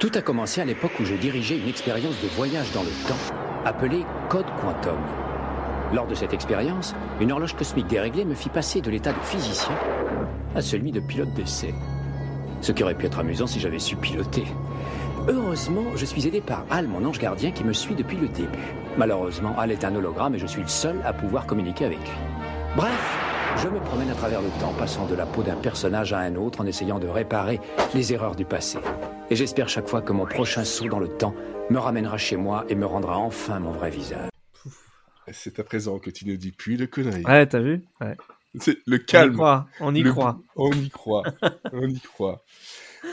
Tout a commencé à l'époque où je dirigeais une expérience de voyage dans le temps appelée Code Quantum. Lors de cette expérience, une horloge cosmique déréglée me fit passer de l'état de physicien à celui de pilote d'essai. Ce qui aurait pu être amusant si j'avais su piloter. Heureusement, je suis aidé par Al, mon ange gardien, qui me suit depuis le début. Malheureusement, Al est un hologramme et je suis le seul à pouvoir communiquer avec lui. Bref, je me promène à travers le temps, passant de la peau d'un personnage à un autre en essayant de réparer les erreurs du passé. Et j'espère chaque fois que mon prochain saut dans le temps me ramènera chez moi et me rendra enfin mon vrai visage. C'est à présent que tu nous dis puis le connerie. Ouais, t'as vu ouais. C'est le calme. On y Le- croit. On y croit. on y croit.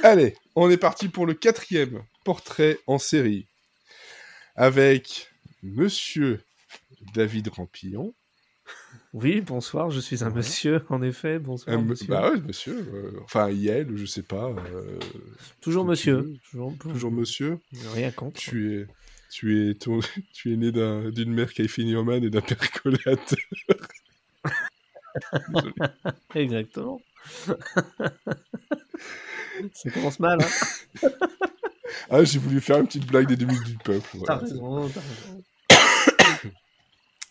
Allez, on est parti pour le quatrième portrait en série avec Monsieur David Rampillon. On y croit. Oui, bonsoir, je suis un monsieur, en effet. Bonsoir, Un me- monsieur. Bah ouais, monsieur. euh, enfin, Yel, je sais pas. euh, Toujours tu monsieur. veux. Toujours, toujours monsieur. Rien contre. Tu es, tu es, ton- tu es né d'un- d'une mère qui a fini en man et d'un père collat. Exactement. Ça commence mal, hein. Ah, j'ai voulu faire une petite blague des demi du peuple. T'as voilà. raison, t'as raison.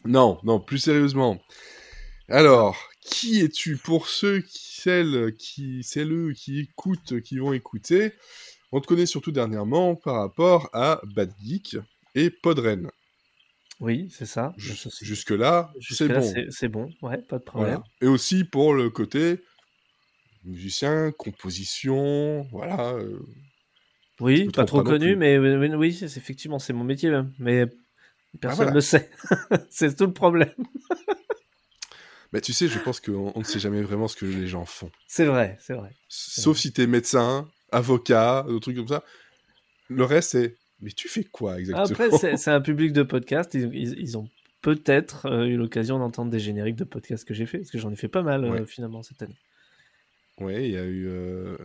Non, non, plus sérieusement. Alors, qui es-tu pour ceux qui, celles qui, celles qui écoutent, qui vont écouter On te connaît surtout dernièrement par rapport à Bad Geek et Podren. Oui, c'est ça. Jus- Ah, Ça, c'est- Jusque-là, c'est jusque-là, bon. C'est bon, ouais, pas de problème. Voilà. Et aussi pour le côté musicien, composition, voilà. euh, Je Oui, me pas trompe trop pas non connu, plus. mais oui, oui, oui, c'est- effectivement, c'est mon métier même. Mais personne ne Ah, voilà. le sait. c'est tout le problème. Mais tu sais, je Ah. pense qu'on on ne sait jamais vraiment ce que les gens font. C'est vrai, c'est vrai. Sauf si t'es médecin, avocat, des trucs comme ça. Le reste, c'est... Mais tu fais quoi exactement Après, c'est c'est un public de podcast. Ils, ils- ils ont peut-être euh, eu l'occasion d'entendre des génériques de podcasts que j'ai fait, parce que j'en ai fait pas mal euh, Ouais. finalement cette année. Ouais, il y a eu. euh,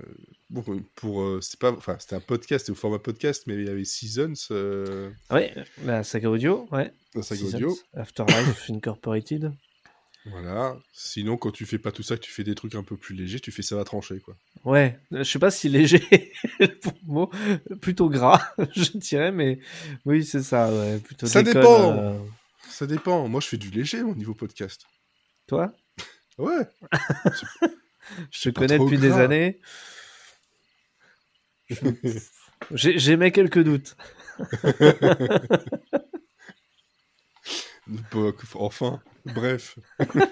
Bon, pour. euh, c'était pas. Enfin, c'était un podcast, c'était au format podcast, mais il y avait Seasons euh, Oui, la Bah, saga audio, ouais. dans Saga Seasons, Audio. Afterlife Incorporated. Voilà. Sinon, quand tu fais pas tout ça, que tu fais des trucs un peu plus légers, tu fais ça va trancher, quoi. Ouais, euh, je sais pas si léger est le bon mot, plutôt gras, je dirais, mais oui, c'est ça. ouais, plutôt Ça déconne, dépend. euh, Ça dépend. Moi, je fais du léger au niveau podcast. Toi, Ouais. je te pas connais trop depuis des gras. années. J'ai- J'émets quelques doutes. Bah, enfin, bref. Il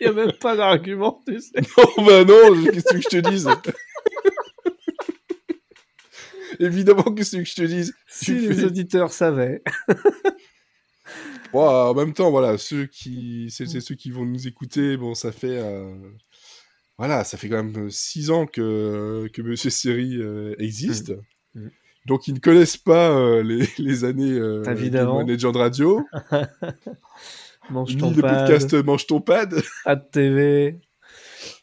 n'y a même pas d'argument, tu sais. Oh bah non, je- qu'est-ce que tu veux que je te dise Évidemment, qu'est-ce que tu veux que je te dise Si Tu les fais- auditeurs savaient. Bon, en même temps, voilà, ceux Mm. qui, c'est, c'est ceux qui vont nous écouter, bon, ça fait, euh, voilà, ça fait quand même euh, six ans que que Monsieur Seri euh, existe. Mhm. Mhm. Donc ils ne connaissent pas euh, les, les années euh, Ta vie Game d'avant. One Legend Radio, Mange ni ton le pad, podcast Mange ton pad, Ad TV.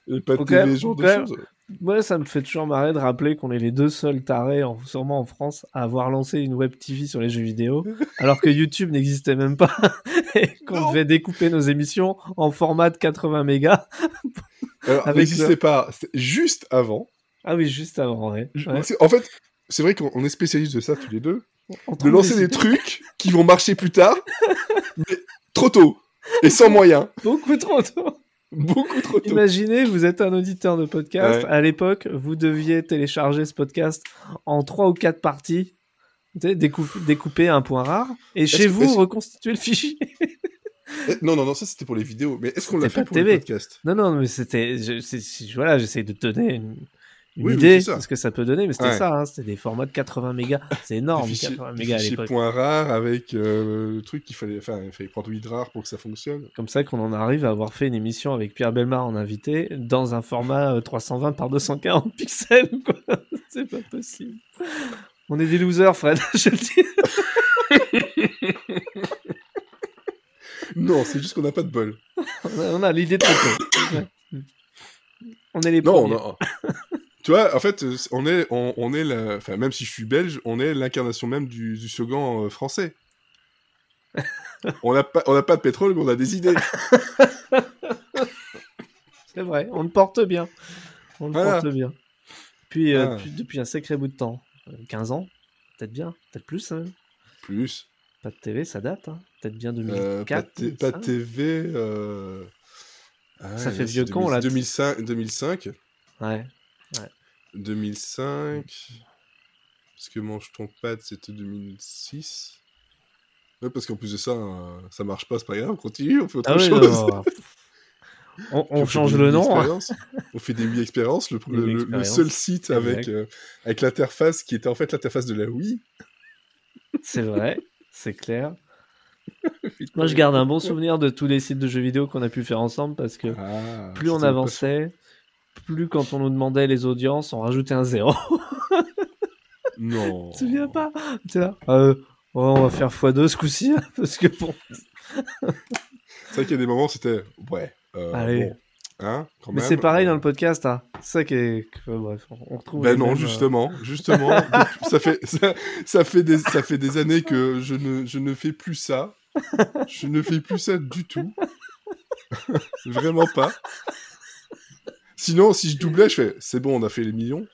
et pas Faut de quand même- TV, ce genre de quand même- choses. Moi, ça me fait toujours marrer de rappeler qu'on est les deux seuls tarés, en- sûrement en France, à avoir lancé une web TV sur les jeux vidéo, alors que YouTube n'existait même pas et qu'on Non. devait découper nos émissions en format de 80 mégas. Alors, Avec n'existez pas, c'est juste avant. Ah oui, juste avant, ouais. Je- Ouais. c'est- En fait, c'est vrai qu'on on est spécialiste de ça tous les deux, On de trouve lancer des des trucs qui vont marcher plus tard, mais trop tôt et sans moyens, idées beaucoup trop tôt. beaucoup trop tôt. Imaginez, vous êtes un auditeur de podcast. Ouais. À l'époque, vous deviez télécharger ce podcast en trois ou quatre parties, Tu sais, découp- découper un point rare, et chez que- vous, est-ce- reconstituer le fichier. Eh, Non, non, non, ça c'était pour les vidéos. Mais est-ce qu'on l'a C'était fait pas pour le TV. podcast Non, non, mais c'était. je- c'est- c'est- Voilà, j'essaie de te donner une, une Oui, oui, idée c'est ça. de ce que ça peut donner, mais c'était Ouais. ça, hein, c'était des formats de 80 mégas. C'est énorme, Des fichiers- 80 des mégas à fichiers l'époque. points rares avec euh, le truc qu'il fallait, enfin, il fallait prendre 8 rares pour que ça fonctionne. Comme ça qu'on en arrive à avoir fait une émission avec Pierre Belmar en invité dans un format euh, 320 par 240 pixels, quoi. C'est pas possible. On est des losers, Fred, je le dis. Non, c'est juste qu'on n'a pas de bol. On a, on a l'idée de traiter. Ouais. On est les Non, premiers. non. tu vois, en fait, euh, on est, on, on est, la... enfin, même si je suis belge, on est l'incarnation même du, du slogan euh, français. on n'a pas, on n'a pas de pétrole, mais on a des idées. C'est vrai, on le porte bien. On le Voilà. porte bien. depuis, euh, Ah. depuis, depuis un sacré bout de temps. Euh, 15 ans, peut-être bien, peut-être plus. hein. Plus. Pas de TV, ça date. hein. Peut-être bien Euh, 2004. pas, de t- pas de 2005. TV. euh, ah, Ça là, fait c'est vieux con, là. 2005, 2005. Ouais. 2005. Parce que Mange ton pad, c'était 2006. Ouais, parce qu'en plus de ça, euh, ça marche pas, c'est pas grave, on continue, on fait autre Ah ouais, chose. non, non, non. on, on Puis fait change des le nom. hein. mini-expériences. On fait des mini-expériences, le, Des le- le- le mini-expériences. seul site avec, Exact. euh, avec l'interface qui était en fait l'interface de la Wii. C'est vrai, c'est clair. Moi, je garde un bon souvenir de tous les sites de jeux vidéo qu'on a pu faire ensemble parce que Ah, plus on c'était pas- avançait, plus quand on nous demandait les audiences, on rajoutait un zéro. Non. Tu te souviens Oh. pas T'es là, euh, ouais, on va faire x2 ce coup-ci hein, parce que bon. C'est vrai qu'il y a des moments, c'était. Ouais. euh, Allez. bon, hein, quand Mais même, c'est pareil euh, dans le podcast, hein. C'est ça qui est. que- bref, on retrouve. Ben les non, mêmes, euh, justement, justement, depuis- ça fait ça, ça fait des ça fait des années que je ne je ne fais plus ça. Je ne fais plus ça du tout. Vraiment pas. Sinon, si je doublais, je fais c'est bon, on a fait les millions.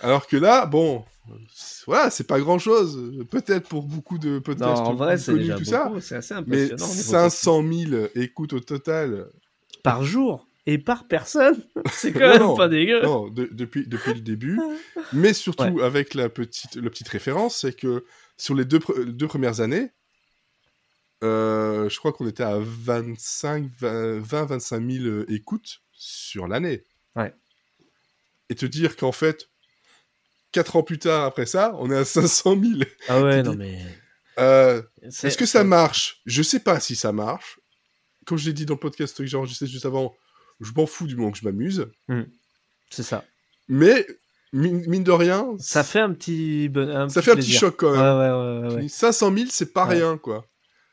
Alors que là, bon, c'est- voilà, c'est pas grand chose. Peut-être pour beaucoup de euh, Non, podcasts en vrai, c'est connus, déjà tout ça. beaucoup, C'est assez Mais impressionnant. au niveau 500 000 écoutes au total, technique. par jour et par personne, c'est quand même Non, pas dégueu. Non, de- depuis, depuis le début. Mais surtout avec la petite, la petite référence, c'est que sur les deux, pre- deux premières années, euh, je crois qu'on était à 25, 20-25 000 euh, écoutes sur l'année. Ouais. Et te dire qu'en fait, 4 ans plus tard après ça, on est à 500 000. Ah ouais, tu non dis- mais. Euh, c'est- Est-ce que ça marche Je sais pas si ça marche. Comme je l'ai dit dans le podcast que j'ai enregistré juste avant, je m'en fous du moment que je m'amuse. C'est ça. Mais mine, mine de rien, Ça fait un petit. bon- Un ça fait un petit plaisir. choc quand Ouais, même. ouais, ouais, ouais, ouais. 500 000, c'est pas Ouais. rien, quoi.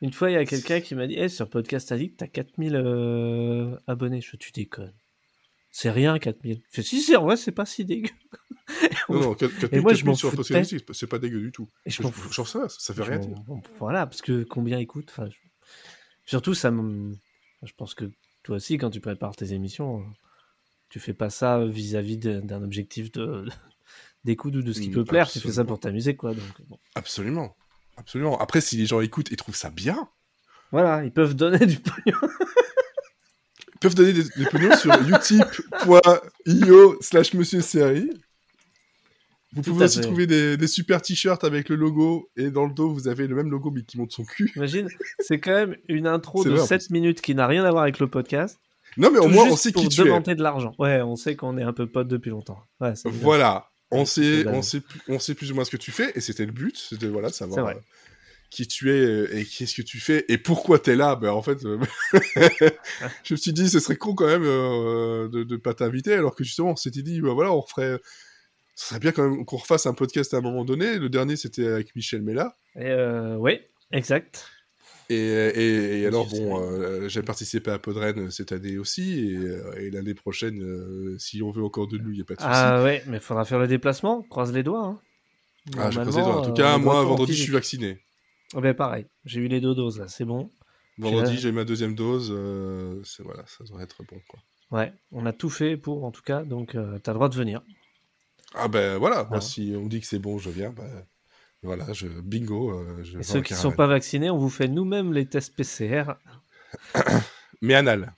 Une fois, il y a quelqu'un qui m'a dit Eh, sur Podcast Addict, t'as 4000 euh, abonnés. Je fais, tu déconnes. C'est rien, 4000. Je fais, si, si, en vrai, c'est pas si dégueu. Non, non, 4 Et moi, je m'en sur un podcast foutais. c'est pas- c'est pas dégueu du tout. Et je Je m'en fous. Genre ça, ça veut Je rien m'en- dire. Voilà, parce que combien écoute enfin, je- Surtout, ça me- je pense que toi aussi, quand tu prépares tes émissions, euh, tu fais pas ça vis-à-vis de- d'un objectif de d'écoute ou de ce qui Mm, peut plaire. Tu fais ça absolument. pour t'amuser, quoi. Donc, bon. Absolument. Absolument. Après, si les gens écoutent et trouvent ça bien, Voilà, ils peuvent donner du pognon. ils peuvent donner des, des pognos sur utip.io slash monsieur série. Vous Tout pouvez à aussi fait. trouver des, des super t-shirts avec le logo et dans le dos, vous avez le même logo mais qui monte son cul. Imagine, c'est quand même une intro C'est de vrai, en 7 minutes qui n'a rien à voir avec le podcast. Non, mais au tout moins, on juste sait pour qui tu es. demander de l'argent. Ouais, on sait qu'on est un peu potes depuis longtemps. Ouais, c'est bien. Voilà, on Ouais, c'est sait, dingue. on, sait, plus- on sait plus ou moins ce que tu fais, et c'était le but, c'était voilà, de C'est savoir vrai. euh, qui tu es euh, et qu'est-ce que tu fais et pourquoi tu es là. Ben, en fait, euh, je me suis dit, ce serait con quand même euh, de ne pas t'inviter, alors que justement, on s'était dit, bah, voilà, on ferait. Ce serait bien quand même qu'on refasse un podcast à un moment donné. Le dernier, c'était avec Michel Mella. Et, euh, oui, exact. Et, et- et alors, Michel bon, euh, j'ai participé à Podren cette année aussi. Et, euh, et l'année prochaine, euh, si on veut encore de nous, il n'y a pas de souci. Ah ouais, mais faudra faire le déplacement. Croise les doigts. hein. Ah, j'ai Normalement, croisé les doigts. En tout euh, cas, on est de moi, retour en vendredi, je suis physique. vacciné. Ah ben pareil, j'ai eu les deux doses là, c'est bon. Vendredi, Puis j'ai eu ma deuxième dose. euh, c'est voilà, ça devrait être bon quoi. Ouais, on a tout fait pour en tout cas, donc euh, t'as le droit de venir. Ah ben voilà, moi Ah. si on me dit que c'est bon, je viens. Ben, voilà, je bingo. euh, je Et vends ceux la qui sont caravane. pas vaccinés, on vous fait nous-mêmes les tests PCR. Mais anal.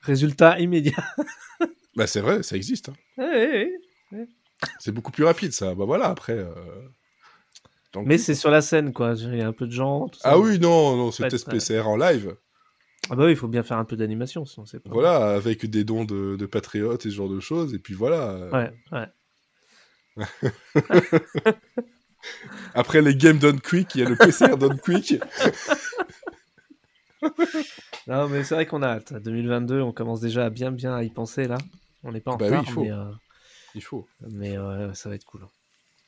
Résultat immédiat. Eh, Bah c'est vrai, ça existe. hein. Ouais, ouais, ouais. C'est beaucoup plus rapide ça. Bah voilà, après. euh, tant Mais pis. c'est sur la scène quoi, il y a un peu de gens. tout ça. Ah oui, non, non, ce Ouais, test ouais. PCR en live. Ah bah oui, il faut bien faire un peu d'animation sinon c'est pas. Voilà, avec des dons de, de patriotes et ce genre de choses. Et puis voilà. euh, Ouais, ouais. Après les games done quick, il y a le PCR done quick. Non mais c'est vrai qu'on a hâte. 2022, on commence déjà à bien bien à y penser là. On n'est pas en Bah oui, retard, il faut. mais, euh, Il faut. mais euh, ça va être cool.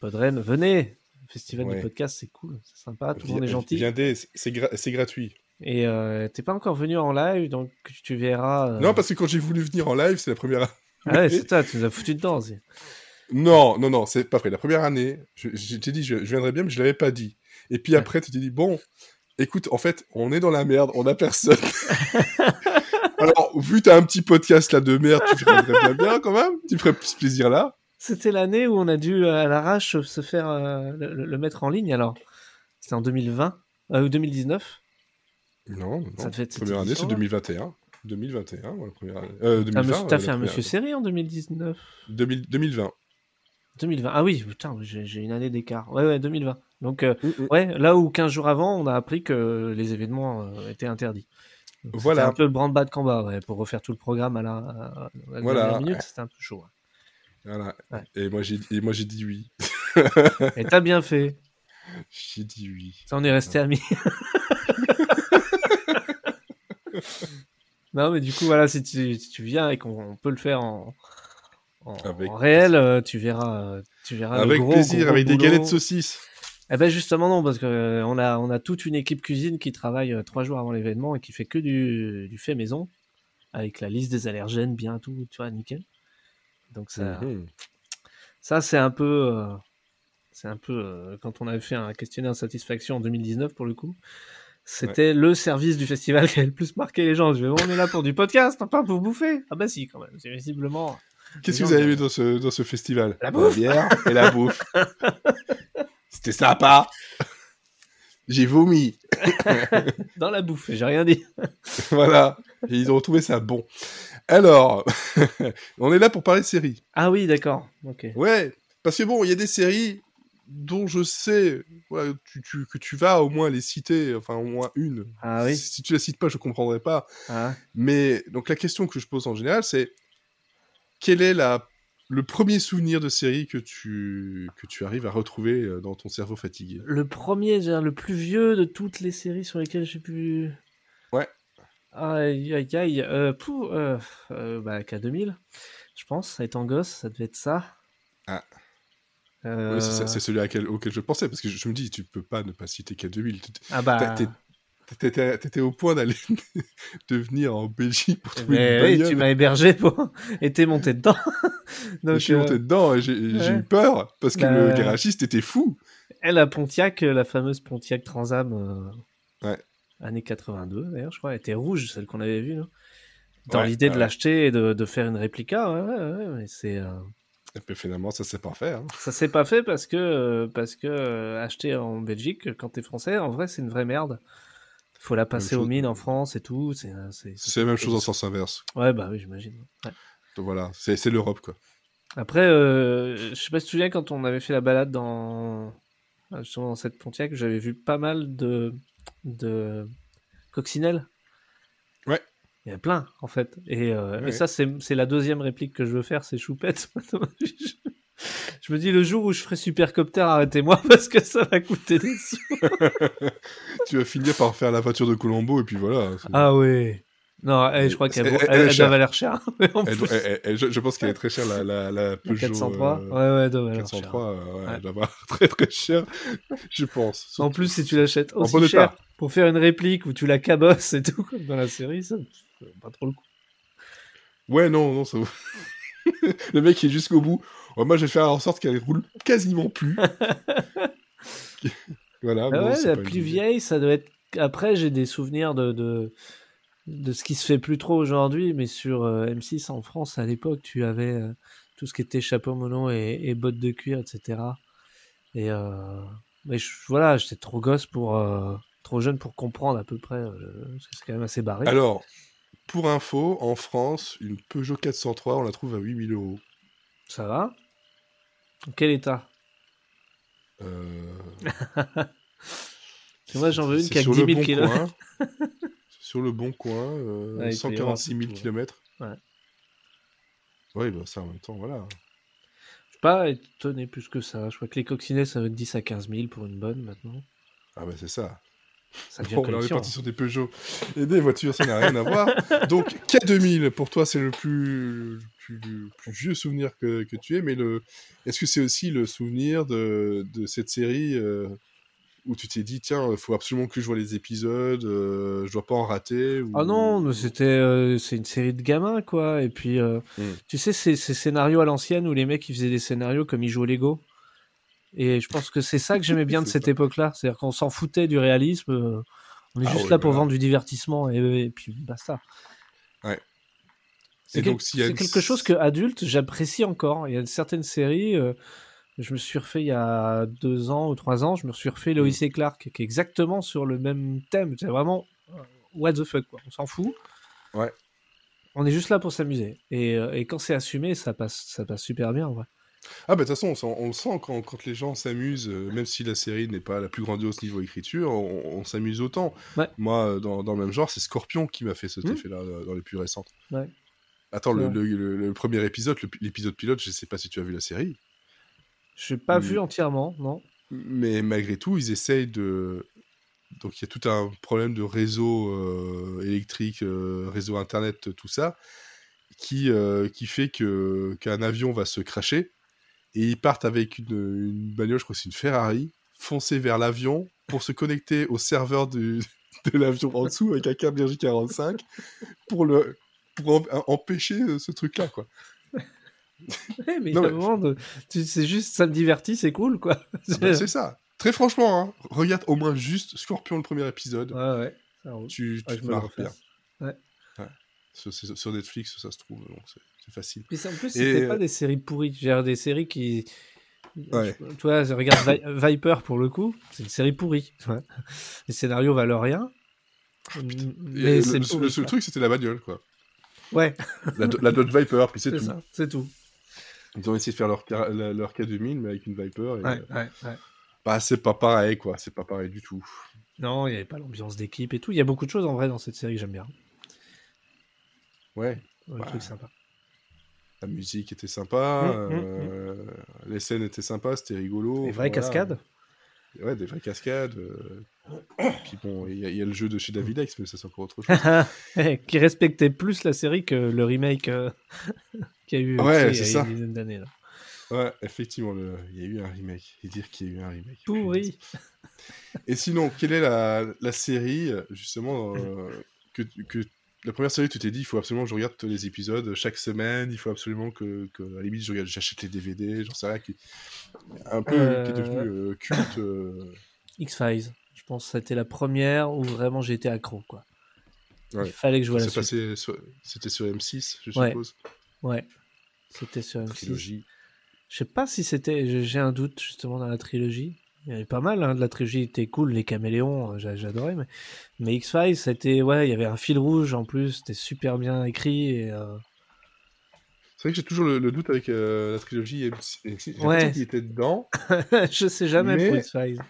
Podren, venez. Le Festival Ouais. du podcast, c'est cool, c'est sympa, tout le monde Vi- est gentil. viendez, euh, c'est- c'est gra- c'est gratuit. Et euh, t'es pas encore venu en live, donc tu verras. euh, Non, parce que quand j'ai voulu venir en live, c'est la première Ah ouais, c'est toi, tu nous as foutu dedans. c'est- Non, non, non, c'est pas vrai. La première année, je, je t'ai dit, je, je viendrais bien, mais je l'avais pas dit. Et puis Ouais. après, tu t'es dit, bon, écoute, en fait, on est dans la merde, on a personne. Alors, vu que t'as un petit podcast là de merde, tu ferais bien, bien quand même. Tu ferais ce plaisir là. C'était l'année où on a dû euh, à l'arrache se faire euh, le, le- le mettre en ligne. Alors, c'était en 2020 euh, ou 2019. Non, non. Ça devait être cette première année, c'est édition-là. 2021. 2021, voilà, première année. Euh, hein. T'as 2020. un monsieur- euh, la T'as fait un première monsieur série en 2019 année. 2000 2020. 2020. Ah oui, putain, j'ai j'ai une année d'écart. Ouais, ouais, 2020. Donc, euh, Mm, mm. ouais, là où 15 jours avant, on a appris que les événements euh, étaient interdits. Donc, c'était Voilà. un peu branle-bas de combat, ouais, pour refaire tout le programme à la, à la Voilà. dernière minute, c'était un peu chaud. ouais. Voilà. Ouais. Et moi, j'ai et moi, j'ai dit oui. Et t'as bien fait. J'ai dit oui. Ça, on est resté amis. non, mais du coup, voilà, si tu, si tu viens et qu'on on peut le faire en, en- Avec en réel, euh, tu verras, euh, tu verras. le avec gros, plaisir, gros avec des boulot. galettes saucisses. Eh ben justement non, parce que euh, on a on a toute une équipe cuisine qui travaille euh, trois jours avant l'événement et qui fait que du, du fait maison avec la liste des allergènes, bien tout, tu vois, nickel. Donc ça, Mhm. ça c'est un peu, euh, c'est un peu euh, quand on avait fait un questionnaire de satisfaction en 2019 pour le coup. C'était le service du festival qui avait le plus marqué les gens. Je vais, on est là pour du podcast, pas pour bouffer. Ah bah si, quand même. C'est visiblement. Qu'est-ce que Les vous gens, avez ils- aimé dans ce, dans ce festival La bouffe. bière et la bouffe. C'était sympa. J'ai vomi. Dans la bouffe, j'ai rien dit. Voilà. Et ils ont trouvé ça bon. Alors, on est là pour parler de séries. Ah oui, d'accord. Ok. Ouais. Parce que bon, il y a des séries dont je sais voilà, tu- tu- que tu vas au moins les citer, enfin au moins une. Ah oui. Si tu la cites pas, je comprendrai pas. Ah. Mais donc la question que je pose en général, c'est quel est la, le premier souvenir de série que tu, que tu arrives à retrouver euh, dans ton cerveau fatigué Le premier, c'est-à-dire le plus vieux de toutes les séries sur lesquelles j'ai pu. Ouais. Aïe, aïe, aïe. Euh, pou, euh, euh, bah, K2000, je pense, étant gosse, ça devait être ça. Ah. Euh, Ouais, c'est ça- C'est celui à quel- auquel je pensais, parce que je, je me dis, tu peux pas ne pas citer K2000. T'étais- Ah bah. t'étais- T'étais t'étais au point d'aller de venir en Belgique pour trouver mais une ben, Eh oui, bagnole. tu m'as hébergé pour. et t'es monté dedans. je Donc, suis monté euh, dedans et j'ai et j'ai ouais. eu peur parce que Bah, le garagiste était fou. elle à Pontiac, euh, la fameuse Pontiac Transam. euh, Ouais. Année 82, d'ailleurs, je crois. Elle était rouge, celle qu'on avait vue. non Dans Ouais, l'idée de ouais. l'acheter et de, de faire une réplica. Ouais, ouais, ouais, mais c'est. euh, Et puis Ah, finalement, ça c'est parfait. Hein. Ça s'est pas fait parce que euh, parce que euh, acheter en Belgique quand t'es français, en vrai c'est une vraie merde. Faut la passer chose. aux mines en France et tout. C'est euh, c'est C'est la même chose en sens inverse. ouais bah oui j'imagine. ouais. Donc voilà, c'est c'est l'Europe quoi. Après euh, je sais pas si tu te souviens quand on avait fait la balade dans ah, justement dans cette Pontiac, j'avais vu pas mal de de coccinelles. Ouais. Il y en a plein en fait. Et, euh, et Ouais. ça c'est c'est la deuxième réplique que je veux faire, c'est choupette. Je- Je me dis le jour où je ferai supercopter, arrêtez-moi parce que ça va coûter des sous. tu vas finir par faire la voiture de Colombo et puis voilà. c'est- Ah oui. Non, elle, je crois qu'elle Elle- vaut- elle- elle- elle est elle doit chère. valer cher. Mais en Elle plus, doit- elle- elle- je, je pense qu'elle est très chère, la, la, la la Peugeot 403. euh, Ouais, ouais, elle doit valoir cher. 403, euh, ouais, Ouais. elle doit valoir très très cher, je pense. En Surtout- plus, si tu l'achètes En aussi bon état. cher pour faire une réplique où tu la cabosses et tout, comme dans la série, ça ça vaut pas trop le coup. Ouais, non, non, ça... Le mec il est jusqu'au bout. Ouais, moi, je vais faire en sorte qu'elle roule quasiment plus. voilà. Ah bon, ouais, c'est la pas une plus idée. vieille, ça doit être. Après, j'ai des souvenirs de, de, de ce qui se fait plus trop aujourd'hui, mais sur euh, M6 en France, à l'époque, tu avais euh, tout ce qui était chapeau melon et, et bottes de cuir, etc. Et euh, mais je- voilà, j'étais trop gosse pour. euh, trop jeune pour comprendre à peu près, euh, parce que c'est quand même assez barré. Alors, pour info, en France, une Peugeot 403, on la trouve à 8000 euros. Ça va Dans Quel état Euh... Parce que moi, j'en veux une C'est qui a sur 10 le 000 bon kilomètres. coin. sur le bon coin, euh, Ouais, il peut y avoir 146 000 tout, ouais. km. Ouais. Oui, bah ça en même temps, voilà. Je suis pas étonné plus que ça. Je crois que les coccinelles, ça va être 10 000 à 15 000 pour une bonne maintenant. Ah bah c'est ça. Ça devient Bon, alors on est collection. parti sur des Peugeot et des voitures, ça n'a rien à voir. Donc K2000, pour toi, c'est le plus, le plus, le plus vieux souvenir que, que tu aies, mais le, est-ce que c'est aussi le souvenir de, de cette série euh, où tu t'es dit, tiens, faut absolument que je vois les épisodes, euh, je dois pas en rater ou- Ah non, mais c'était euh, c'est une série de gamins quoi. Et puis euh, Mm. tu sais ces, ces scénarios à l'ancienne où les mecs ils faisaient des scénarios comme ils jouaient au Lego. Et je pense que c'est ça que j'aimais bien de C'est cette ça. époque-là, c'est-à-dire qu'on s'en foutait du réalisme. euh, On est Ah juste ouais, là pour voilà. vendre du divertissement et, et puis basta. Ouais. C'est Et quel- donc, s'il y a c'est une- quelque chose que adulte j'apprécie encore. Il y a certaines séries, euh, je me suis refait il y a deux ans ou trois ans, je me suis refait Mm. Lois et Clark, qui est exactement sur le même thème. C'est vraiment euh, what the fuck, quoi. on s'en fout. Ouais. On est juste là pour s'amuser. Et, euh, et quand c'est assumé, ça passe, ça passe super bien. Ouais. Ah bah de toute façon, on, s'en- on le sent quand, quand les gens s'amusent, euh, même si la série n'est pas la plus grandiose niveau écriture, on, on s'amuse autant. Ouais. Moi, euh, dans, dans le même genre, c'est Scorpion qui m'a fait cet Mhm. effet-là euh, dans les plus récentes. Ouais. Attends, le, Ouais. le- le- le premier épisode, le- l'épisode pilote, je sais pas si tu as vu la série, Je n'ai pas Mm. vu entièrement, non mais malgré tout, ils essayent de... Donc il y a tout un problème de réseau euh, électrique, euh, réseau internet, tout ça, qui, euh, qui fait que qu'un avion va se cracher. et ils partent avec une, une bagnole, je crois que c'est une Ferrari, foncer vers l'avion pour se connecter au serveur du- de l'avion en dessous avec un câble RJ45 pour, le, pour em- empêcher ce truc-là, quoi. Ouais, mais Non, mais- à un moment, de- tu- c'est juste, ça me divertit, c'est cool, quoi. Ah ben, c'est ça. Très franchement, hein, regarde au moins juste Scorpion, le premier épisode. Ouais, ouais. ça roule. Tu, tu Ouais, je te me le marres bien. refasse. Ouais. Sur, c'est- sur Netflix, ça se trouve, donc c'est c'est facile. Puis ça, en plus, c'était Et- pas des séries pourries. J'ai regardé des séries qui. Ouais. Je- tu vois, je regarde Vi- Viper pour le coup, c'est une série pourrie. tu vois. Les scénarios valent rien. Mm, Et mais le, c'est le- pourri, le seul quoi. truc, c'était la bagnole, quoi. Ouais, La, Do- la Dodge Viper, puis c'est c'est tout. ça, c'est tout. Ils ont essayé de faire leur, K- la- leur K2000, mais avec une Viper. Et, euh, Ouais, ouais, ouais. Bah, c'est pas pareil, quoi. C'est pas pareil du tout. Non, il n'y avait pas l'ambiance d'équipe et tout. Il y a beaucoup de choses en vrai dans cette série que j'aime bien. Ouais. Un Ouais. truc sympa. La musique était sympa, Mm, mm, euh, les scènes étaient sympas, c'était rigolo. Des enfin, oh, voilà. vraies cascades Ouais, des vraies cascades. euh. Puis bon, il y, a- il y a le jeu de chez Davidex, mais ça c'est encore autre chose. qui respectaient plus la série que le remake euh, qu'il y a eu euh, Ouais, tu sais, c'est il y a ça. une dizaine d'années. là. Ouais, effectivement, le- il y a eu un remake. Et dire qu'il y a eu un remake. Pourri. Et sinon, quelle est la, la série, justement, euh, que, que la première série, tu t'es dit, il faut absolument que je regarde tous les épisodes chaque semaine, il faut absolument que, que, à la limite, je regarde- j'achète les DVD, j'en sais rien, qui, un peu, qui est devenu euh, culte. euh, X-Files. Je pense que c'était la première où vraiment j'ai été accro. Quoi. Ouais. Il fallait que je voie la c'est suite. passé sur- C'était sur M6, je Ouais. suppose. Ouais. C'était sur M6. Trilogie. Je sais pas si c'était. j'ai- J'ai un doute justement dans la trilogie. Il y avait pas mal hein, de la trilogie, était cool, les caméléons, euh, j'a- j'adorais. Mais, mais X-Files, c'était. Ouais, il y avait un fil rouge en plus, c'était super bien écrit. Et, euh, C'est vrai que j'ai toujours le, le doute avec euh, la trilogie M6. J'ai l'impression Ouais. qu'il était dedans, je sais jamais pour Mais- X-Files.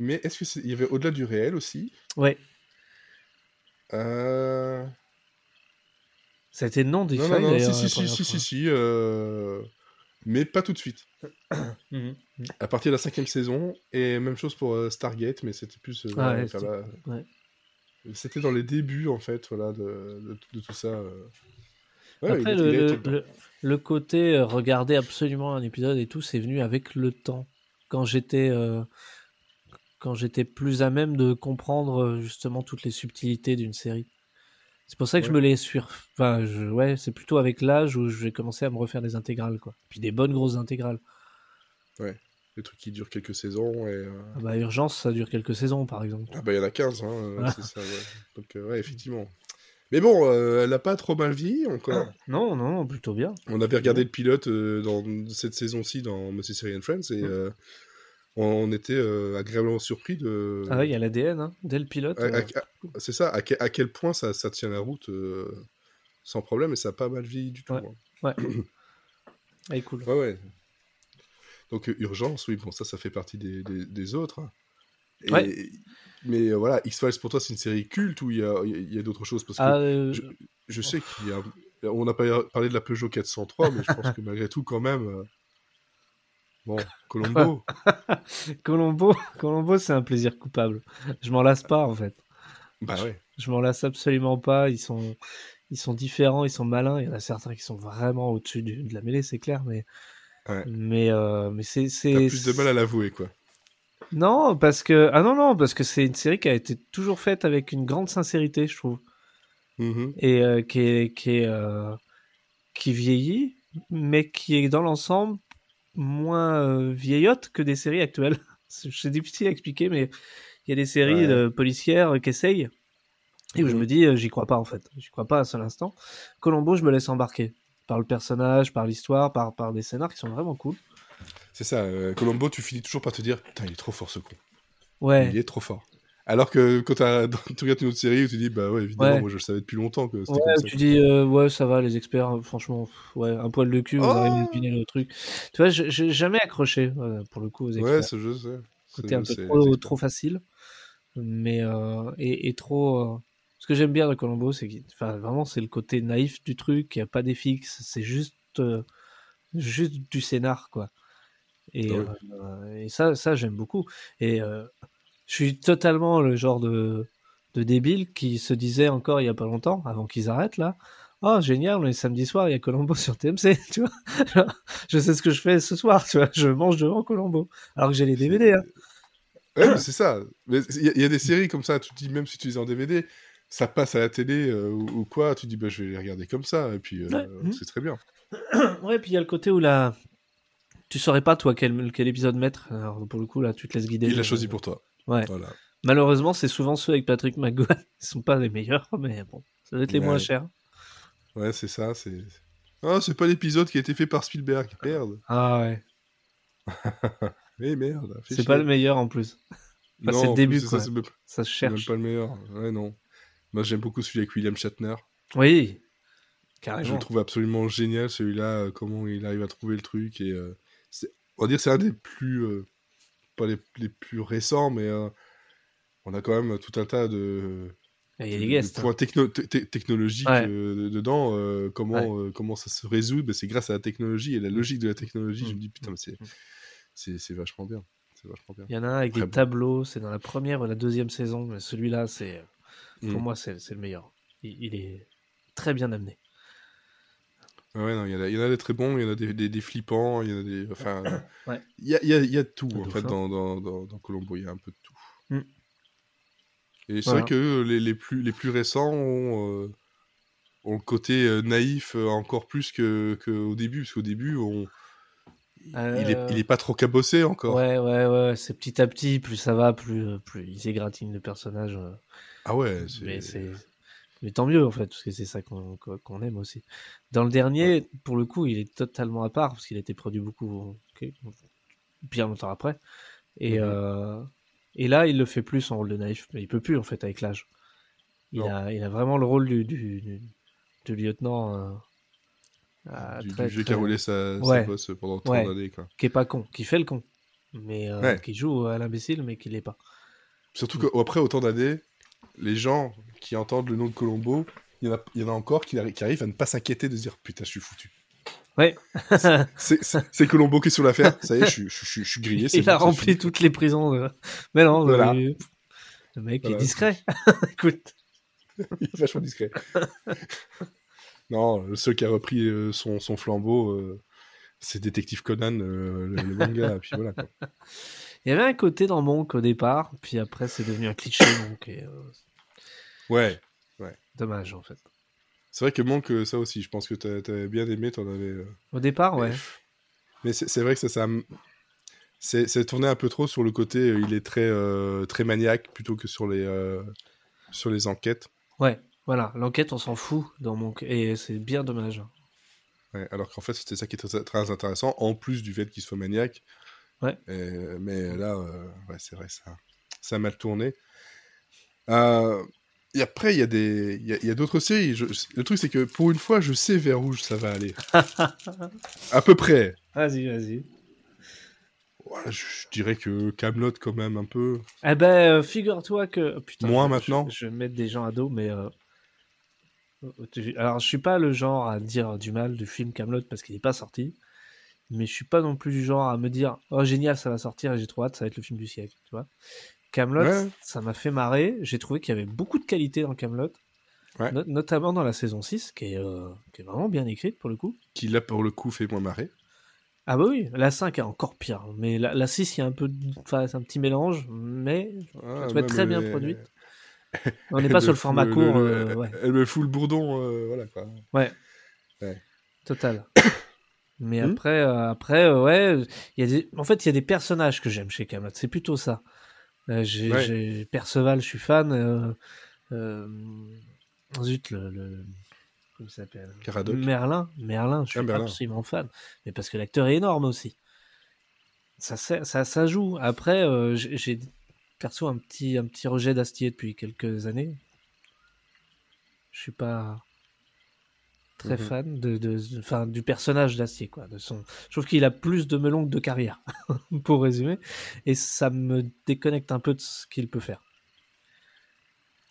mais est-ce que c'est- il y avait au-delà du réel aussi Ouais, Euh, ça a été le nom Non, d'X-Files. non, non, si, d'ailleurs, si, la si, première si, si, fois. si, euh, mais pas tout de suite. Mhm. À partir de la cinquième saison, et même chose pour euh, Stargate, mais c'était plus. euh, Ah ouais, vers c'était- la- ouais. C'était dans les débuts, en fait, voilà, de, de- de tout ça. euh. Ouais, il Après, est- le, il a été le, dedans. le- le côté euh, regarder absolument un épisode et tout, c'est venu avec le temps. Quand j'étais euh, quand j'étais plus à même de comprendre euh, justement toutes les subtilités d'une série. C'est pour ça que je Ouais. me les suis. ref- Enfin, je- ouais, c'est plutôt avec l'âge où j'ai commencé à me refaire des intégrales, quoi. Puis des bonnes grosses intégrales. Les trucs qui durent quelques saisons, et. euh, Ah bah, Urgence, ça dure quelques saisons, par exemple. Ah bah il y en a 15, hein, euh, Voilà. c'est ça, ouais. Donc euh, ouais, effectivement. Mais bon, euh, elle n'a pas trop mal vie encore. Non, non, non, plutôt bien. On avait regardé le pilote euh, dans cette saison-ci dans Monsieur Serial Friends et Mm. euh, on était euh, agréablement surpris de... Ah ouais, il y a l'ADN, hein, dès le pilote. à- euh, à- à- C'est ça, à, que- à quel point ça, ça tient la route euh, sans problème et ça n'a pas mal vie du tout. Ouais. hein. elle est cool. Ouais, ouais. Donc euh, Urgence, oui, bon ça, ça fait partie des, des- des autres. hein. Et- Ouais. Mais euh, voilà, X-Files pour toi c'est une série culte ou il y a, il y a- il y a d'autres choses parce que Ah, euh, je- Je sais qu'il y a. On a pas parlé de la Peugeot 403, mais je pense que malgré tout, quand même. euh, Bon, Colombo. Colombo, Colombo, c'est un plaisir coupable. Je m'en lasse pas, en fait. bah ouais. Je m'en lasse absolument pas. Ils sont, ils sont différents, ils sont malins. Il y en a certains qui sont vraiment au-dessus du- de la mêlée, c'est clair, mais. Ouais. Mais, euh, mais c'est. c'est- T'as plus de mal à l'avouer, quoi. Non, parce que. Ah non, non, parce que c'est une série qui a été toujours faite avec une grande sincérité, je trouve. Mhm. Et euh, qui est. Qui, est, euh, qui vieillit, mais qui est dans l'ensemble moins euh, vieillotte que des séries actuelles. C'est c'est difficile à expliquer, mais il y a des séries Ouais. euh, policières qui essayent Et où je me dis, euh, j'y crois pas en fait. J'y crois pas à un seul instant. Colombo, je me laisse embarquer par le personnage, par l'histoire, par, par des scénars qui sont vraiment cool. C'est ça, euh, Colombo, tu finis toujours par te dire Putain, il est trop fort ce con. Ouais, Il est trop fort. Alors que quand t'as- tu regardes une autre série où tu dis Bah ouais, évidemment, Ouais. moi je le savais depuis longtemps que c'était Ouais, comme ça. tu dis, euh, ouais, ça va, les experts, euh, franchement, pff, ouais, un poil de cul, vous Oh arrivez à deviner le truc. Tu vois, je- j'ai jamais accroché, euh, pour le coup, aux experts. Ouais, ce jeu, c'est. ce C'était un jeu, peu c'est- trop, c'est- trop facile, mais, euh, et, et trop... euh, Ce que j'aime bien de Colombo, c'est que, enfin, vraiment, c'est le côté naïf du truc, il n'y a pas des fixes, c'est juste, euh, juste du scénar, quoi. Et, Ouais. euh, et ça, ça j'aime beaucoup. Et euh, je suis totalement le genre de, de débile qui se disait encore il y a pas longtemps, avant qu'ils arrêtent là, oh génial, on est samedi soir, il y a Colombo sur TMC, tu vois. Genre, je sais ce que je fais ce soir, tu vois, je mange devant Colombo, alors que j'ai les DVD. hein. Ouais, mais c'est ça. Mais Il y, a- il y a des séries comme ça, tu te dis, même si tu les as en DVD, ça passe à la télé euh, ou, ou quoi, tu te dis, bah, je vais les regarder comme ça, et puis euh, Ouais, mhm. c'est très bien. ouais, puis il y a le côté où là, tu saurais pas toi quel, quel épisode mettre, alors pour le coup là, tu te laisses guider. Il l'a choisi pour toi. Ouais. Voilà. Malheureusement, c'est souvent ceux avec Patrick McGowan, ils sont pas les meilleurs, mais bon, ça doit être les Ouais. moins chers. Ouais, c'est ça. C'est. Ah, c'est pas l'épisode qui a été fait par Spielberg. Merde. Ah ouais. Mais merde. fais C'est chier. pas le meilleur en plus. enfin, c'est le en plus, début, ça, quoi. c'est même- Ça se c'est même cherche. pas le meilleur. Ouais, non. Moi, j'aime beaucoup celui avec William Shatner. Oui, Je le carrément. trouve absolument génial celui-là, euh, comment il arrive à trouver le truc. Et, euh, c'est- on va dire c'est un des plus, euh, pas les, les plus récents, mais euh, on a quand même tout un tas de, Et Il y de- a les de guests. hein. points techno- te- te- technologiques Ouais. euh, de- dedans. euh, comment, euh, comment ça se résout Ben, C'est grâce à la technologie et la logique de la technologie. Je me dis, putain, mais c'est- Mm. c'est c'est vachement bien. C'est vachement bien. Il y en a un avec Très des bon. tableaux, c'est dans la première ou la deuxième saison, mais celui-là, c'est euh, pour Mm. moi, c'est c'est le meilleur. Il, il est très bien amené. Ah ouais, non, il y, en a- il y en a des très bons, il y en a des, des- des flippants, il y en a des. Enfin, Ouais. il y a, il y a- il y a tout, Pas de en fait, dauphin. dans, dans, dans, dans Colombo, il y a un peu de tout. Mm. Et c'est Voilà. vrai que les, les, plus, les plus récents ont, euh, ont le côté euh, naïf euh, encore plus qu'au que au début, parce qu'au début, on... il, est, Euh, il est pas trop cabossé encore. Ouais, ouais, ouais, c'est petit à petit, plus ça va, plus, euh, plus ils égratignent le personnage. euh, Ah ouais, Mais, c'est. c'est... mais tant mieux, en fait, parce que c'est ça qu'on, qu'on- qu'on aime aussi. Dans le dernier, pour le coup, il est totalement à part, parce qu'il a été produit beaucoup ok, bien longtemps après. Et, Mhm. euh, et là, il le fait plus, son rôle de naïf, mais il peut plus, en fait, avec l'âge. Il, Non. a, il a vraiment le rôle du, du, du- du lieutenant euh, ah, Du, très- du vieux qui très- a roulé sa, sa Ouais. bosse pendant 30 Ouais. années, quoi. qui est pas con, qui fait le con, mais euh, Ouais. qui joue à l'imbécile, mais qui l'est pas. Mm. Surtout qu'après autant d'années, les gens qui entendent le nom de Colombo, il y en a, il y en a encore qui, arri- qui arrivent à ne pas s'inquiéter de se dire putain, je suis foutu. Ouais. C'est- C'est c'est Colombo qui est sur l'affaire, ça y est, je, suis- je, suis- je suis grillé. c'est il a bon, ça rempli finit. toutes les prisons. de- Mais non, le- Voilà. le, mec Voilà. est discret. Écoute, Il est vachement discret. non, le seul qui a repris euh, son, son flambeau, euh, c'est Détective Conan, euh, le, le manga. puis voilà, quoi. il y avait un côté dans Monk au départ, puis après c'est devenu un cliché. Donc, et, euh, Ouais, dommage en fait. c'est vrai que manque euh, ça aussi. Je pense que t'a- t'avais bien aimé, t'en avais. euh, Au départ, ouais. Mais, mais c'est c'est vrai que ça, ça m- c'est c'est tourné un peu trop sur le côté, euh, il est très, euh, très maniaque plutôt que sur les, euh, sur les enquêtes. Ouais, voilà. L'enquête, on s'en fout dans Monk. Et c'est bien dommage. Ouais, alors qu'en fait, c'était ça qui était très, très intéressant, en plus du fait qu'il soit maniaque. Ouais. Et- mais là, euh, ouais, c'est vrai, ça, ça a mal tourné. Euh, et après, il y a des, il y a- il y a d'autres séries. Je- le truc, c'est que pour une fois, je sais vers où ça va aller. à peu près. Vas-y, vas-y. Ouais, je, je dirais que Camelot quand même un peu. Eh ben, euh, figure-toi que. oh, putain, Moi, je- maintenant Je, je vais mettre des gens à dos, mais. euh, oh, tu- Alors, je suis pas le genre à dire du mal du film Camelot parce qu'il n'est pas sorti, mais je suis pas non plus du genre à me dire oh génial ça va sortir et j'ai trop hâte ça va être le film du siècle, tu vois. Camelot, Ouais. ça m'a fait marrer. J'ai trouvé qu'il y avait beaucoup de qualité dans Camelot, Ouais. notamment dans la saison 6 qui est, euh, qui est vraiment bien écrite pour le coup. qui là pour le coup fait moins marrer. Ah bah oui, la 5 est encore pire, mais la, la 6 il y a un peu, de- enfin c'est un petit mélange, mais Ah, trouve même très bien elle- produite. on elle n'est pas me sur le fout format court, le- euh, elle- ouais, Elle me fout le bourdon, euh, voilà quoi. total. Mais Hmm. après, euh, après, euh, ouais, il y a des... en fait, il y a des personnages que j'aime chez Camelot. C'est plutôt ça. Euh, j'ai, Ouais. j'ai- Perceval, je suis fan. euh, euh, zut, le, le- comment il s'appelle Caradoc. Merlin. Merlin, je suis Ah, Merlin. absolument fan. Mais parce que l'acteur est énorme aussi. Ça, sert- ça, ça joue. Après, euh, j'ai- j'ai perso un petit, un petit rejet d'Astier depuis quelques années. Je suis pas très Mhm. fan de, de, de- enfin, du personnage d'Astier. Quoi, de son... Je trouve qu'il a plus de melon que de carrière, pour résumer. Et ça me déconnecte un peu de ce qu'il peut faire.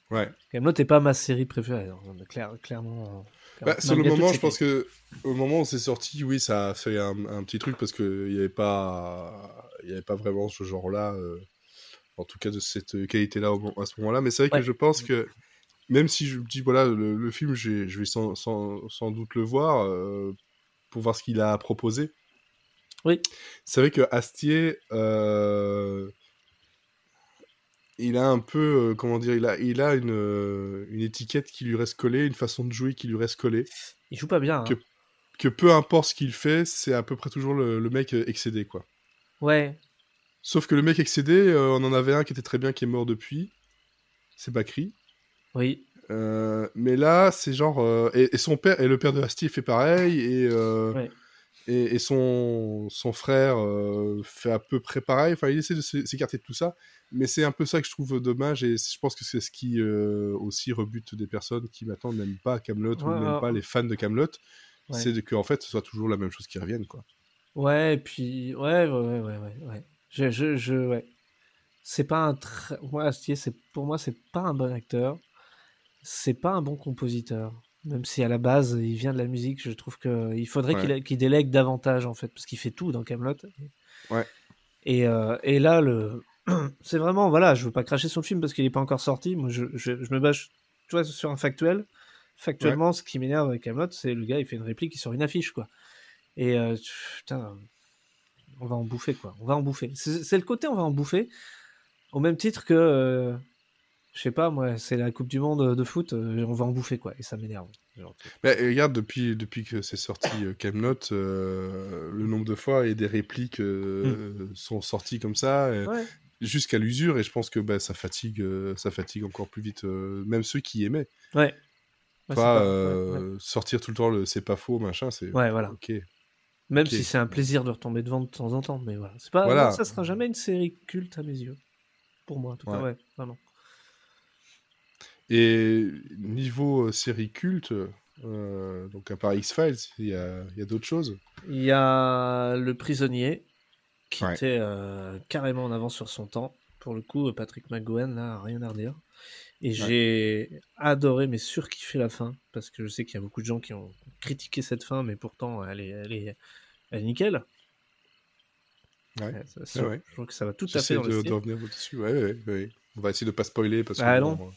Ouais. Camelot n'est pas ma série préférée, non, non, mais clair- clairement. euh, Bah, sur le malgré moment, toutes je ces pense que au moment où c'est sorti, oui, ça a fait un, un petit truc parce que il n'y avait pas, il y avait pas vraiment ce genre-là, euh, en tout cas de cette qualité-là au mo- à ce moment-là. Mais c'est vrai Ouais. que je pense que même si je me dis voilà, le, le film, j'ai- je vais sans, sans- sans doute le voir euh, pour voir ce qu'il a proposé. Oui. C'est vrai que Astier. euh, il a un peu, euh, comment dire, il a, il a une, euh, une étiquette qui lui reste collée, une façon de jouer qui lui reste collée Il joue pas bien. hein. Que- que peu importe ce qu'il fait, c'est à peu près toujours le, le mec euh, excédé, quoi. Ouais, Sauf que le mec excédé, euh, on en avait un qui était très bien, qui est mort depuis. C'est Bakri. oui. Euh, mais là, c'est genre... euh, et, et son père, et le père de Asti fait pareil, et, euh, Ouais. et, et son, son frère euh, fait à peu près pareil. Enfin, il essaie de s'é- s'écarter de tout ça. Mais c'est un peu ça que je trouve dommage, et je pense que c'est ce qui euh, aussi rebute des personnes qui maintenant n'aiment pas Camelot ou Ouais, n'aiment alors- pas les fans de Camelot. Ouais. C'est de- que en fait, ce soit toujours la même chose qui revienne, quoi. Ouais, et puis. Ouais, ouais, ouais, ouais. ouais, ouais. Je, je, je, ouais. C'est pas un très. Moi, Astier, c'est... pour moi, c'est pas un bon acteur. C'est pas un bon compositeur. Même si à la base, il vient de la musique, je trouve que il faudrait Ouais. qu'il, a- qu'il délègue davantage, en fait, parce qu'il fait tout dans Camelot. Ouais. Et, euh, et là, le. C'est vraiment, voilà, je veux pas cracher sur le film parce qu'il est pas encore sorti. Moi, je, je, je me bâche, tu vois, sur un factuel. Factuellement, ce qui m'énerve avec Camelot, c'est le gars, il fait une réplique, il sort une affiche, quoi. Et euh, pff, putain, on va en bouffer quoi. On va en bouffer. C'est c'est le côté on va en bouffer. Au même titre que, euh, je sais pas moi, c'est la Coupe du Monde de foot, euh, on va en bouffer quoi. Et ça m'énerve. Genre, Mais euh, regarde, depuis, depuis que c'est sorti euh, Camelot, euh, le nombre de fois et des répliques euh, Mm. sont sorties comme ça, euh, Ouais. jusqu'à l'usure, et je pense que bah, ça, fatigue, euh, ça fatigue encore plus vite, euh, même ceux qui aimaient. Ouais. Ouais, c'est pas pas- ouais, ouais. euh, sortir tout le temps le c'est pas faux, machin, c'est Ouais, voilà. ok. Même ok. si c'est un plaisir de retomber devant de temps en temps, mais voilà. C'est pas, Voilà. non, ça sera jamais une série culte à mes yeux. Pour moi, en tout cas, Ouais. ouais, vraiment. Et niveau euh, série culte, euh, donc à part X-Files, il y a, il y a d'autres choses. Il y a le prisonnier qui Ouais. était euh, carrément en avance sur son temps. Pour le coup, Patrick McGowan, là, rien à redire. Et j'ai adoré, mais surkiffé la fin, parce que je sais qu'il y a beaucoup de gens qui ont critiqué cette fin, mais pourtant, elle est, elle est, elle est nickel. Ouais. ça- ça- ouais. Je trouve que ça va tout à fait J'essaie dans le de, style. de revenir dessus. Ouais, ouais, ouais. On va essayer de pas spoiler parce Bah, que non. bon, euh,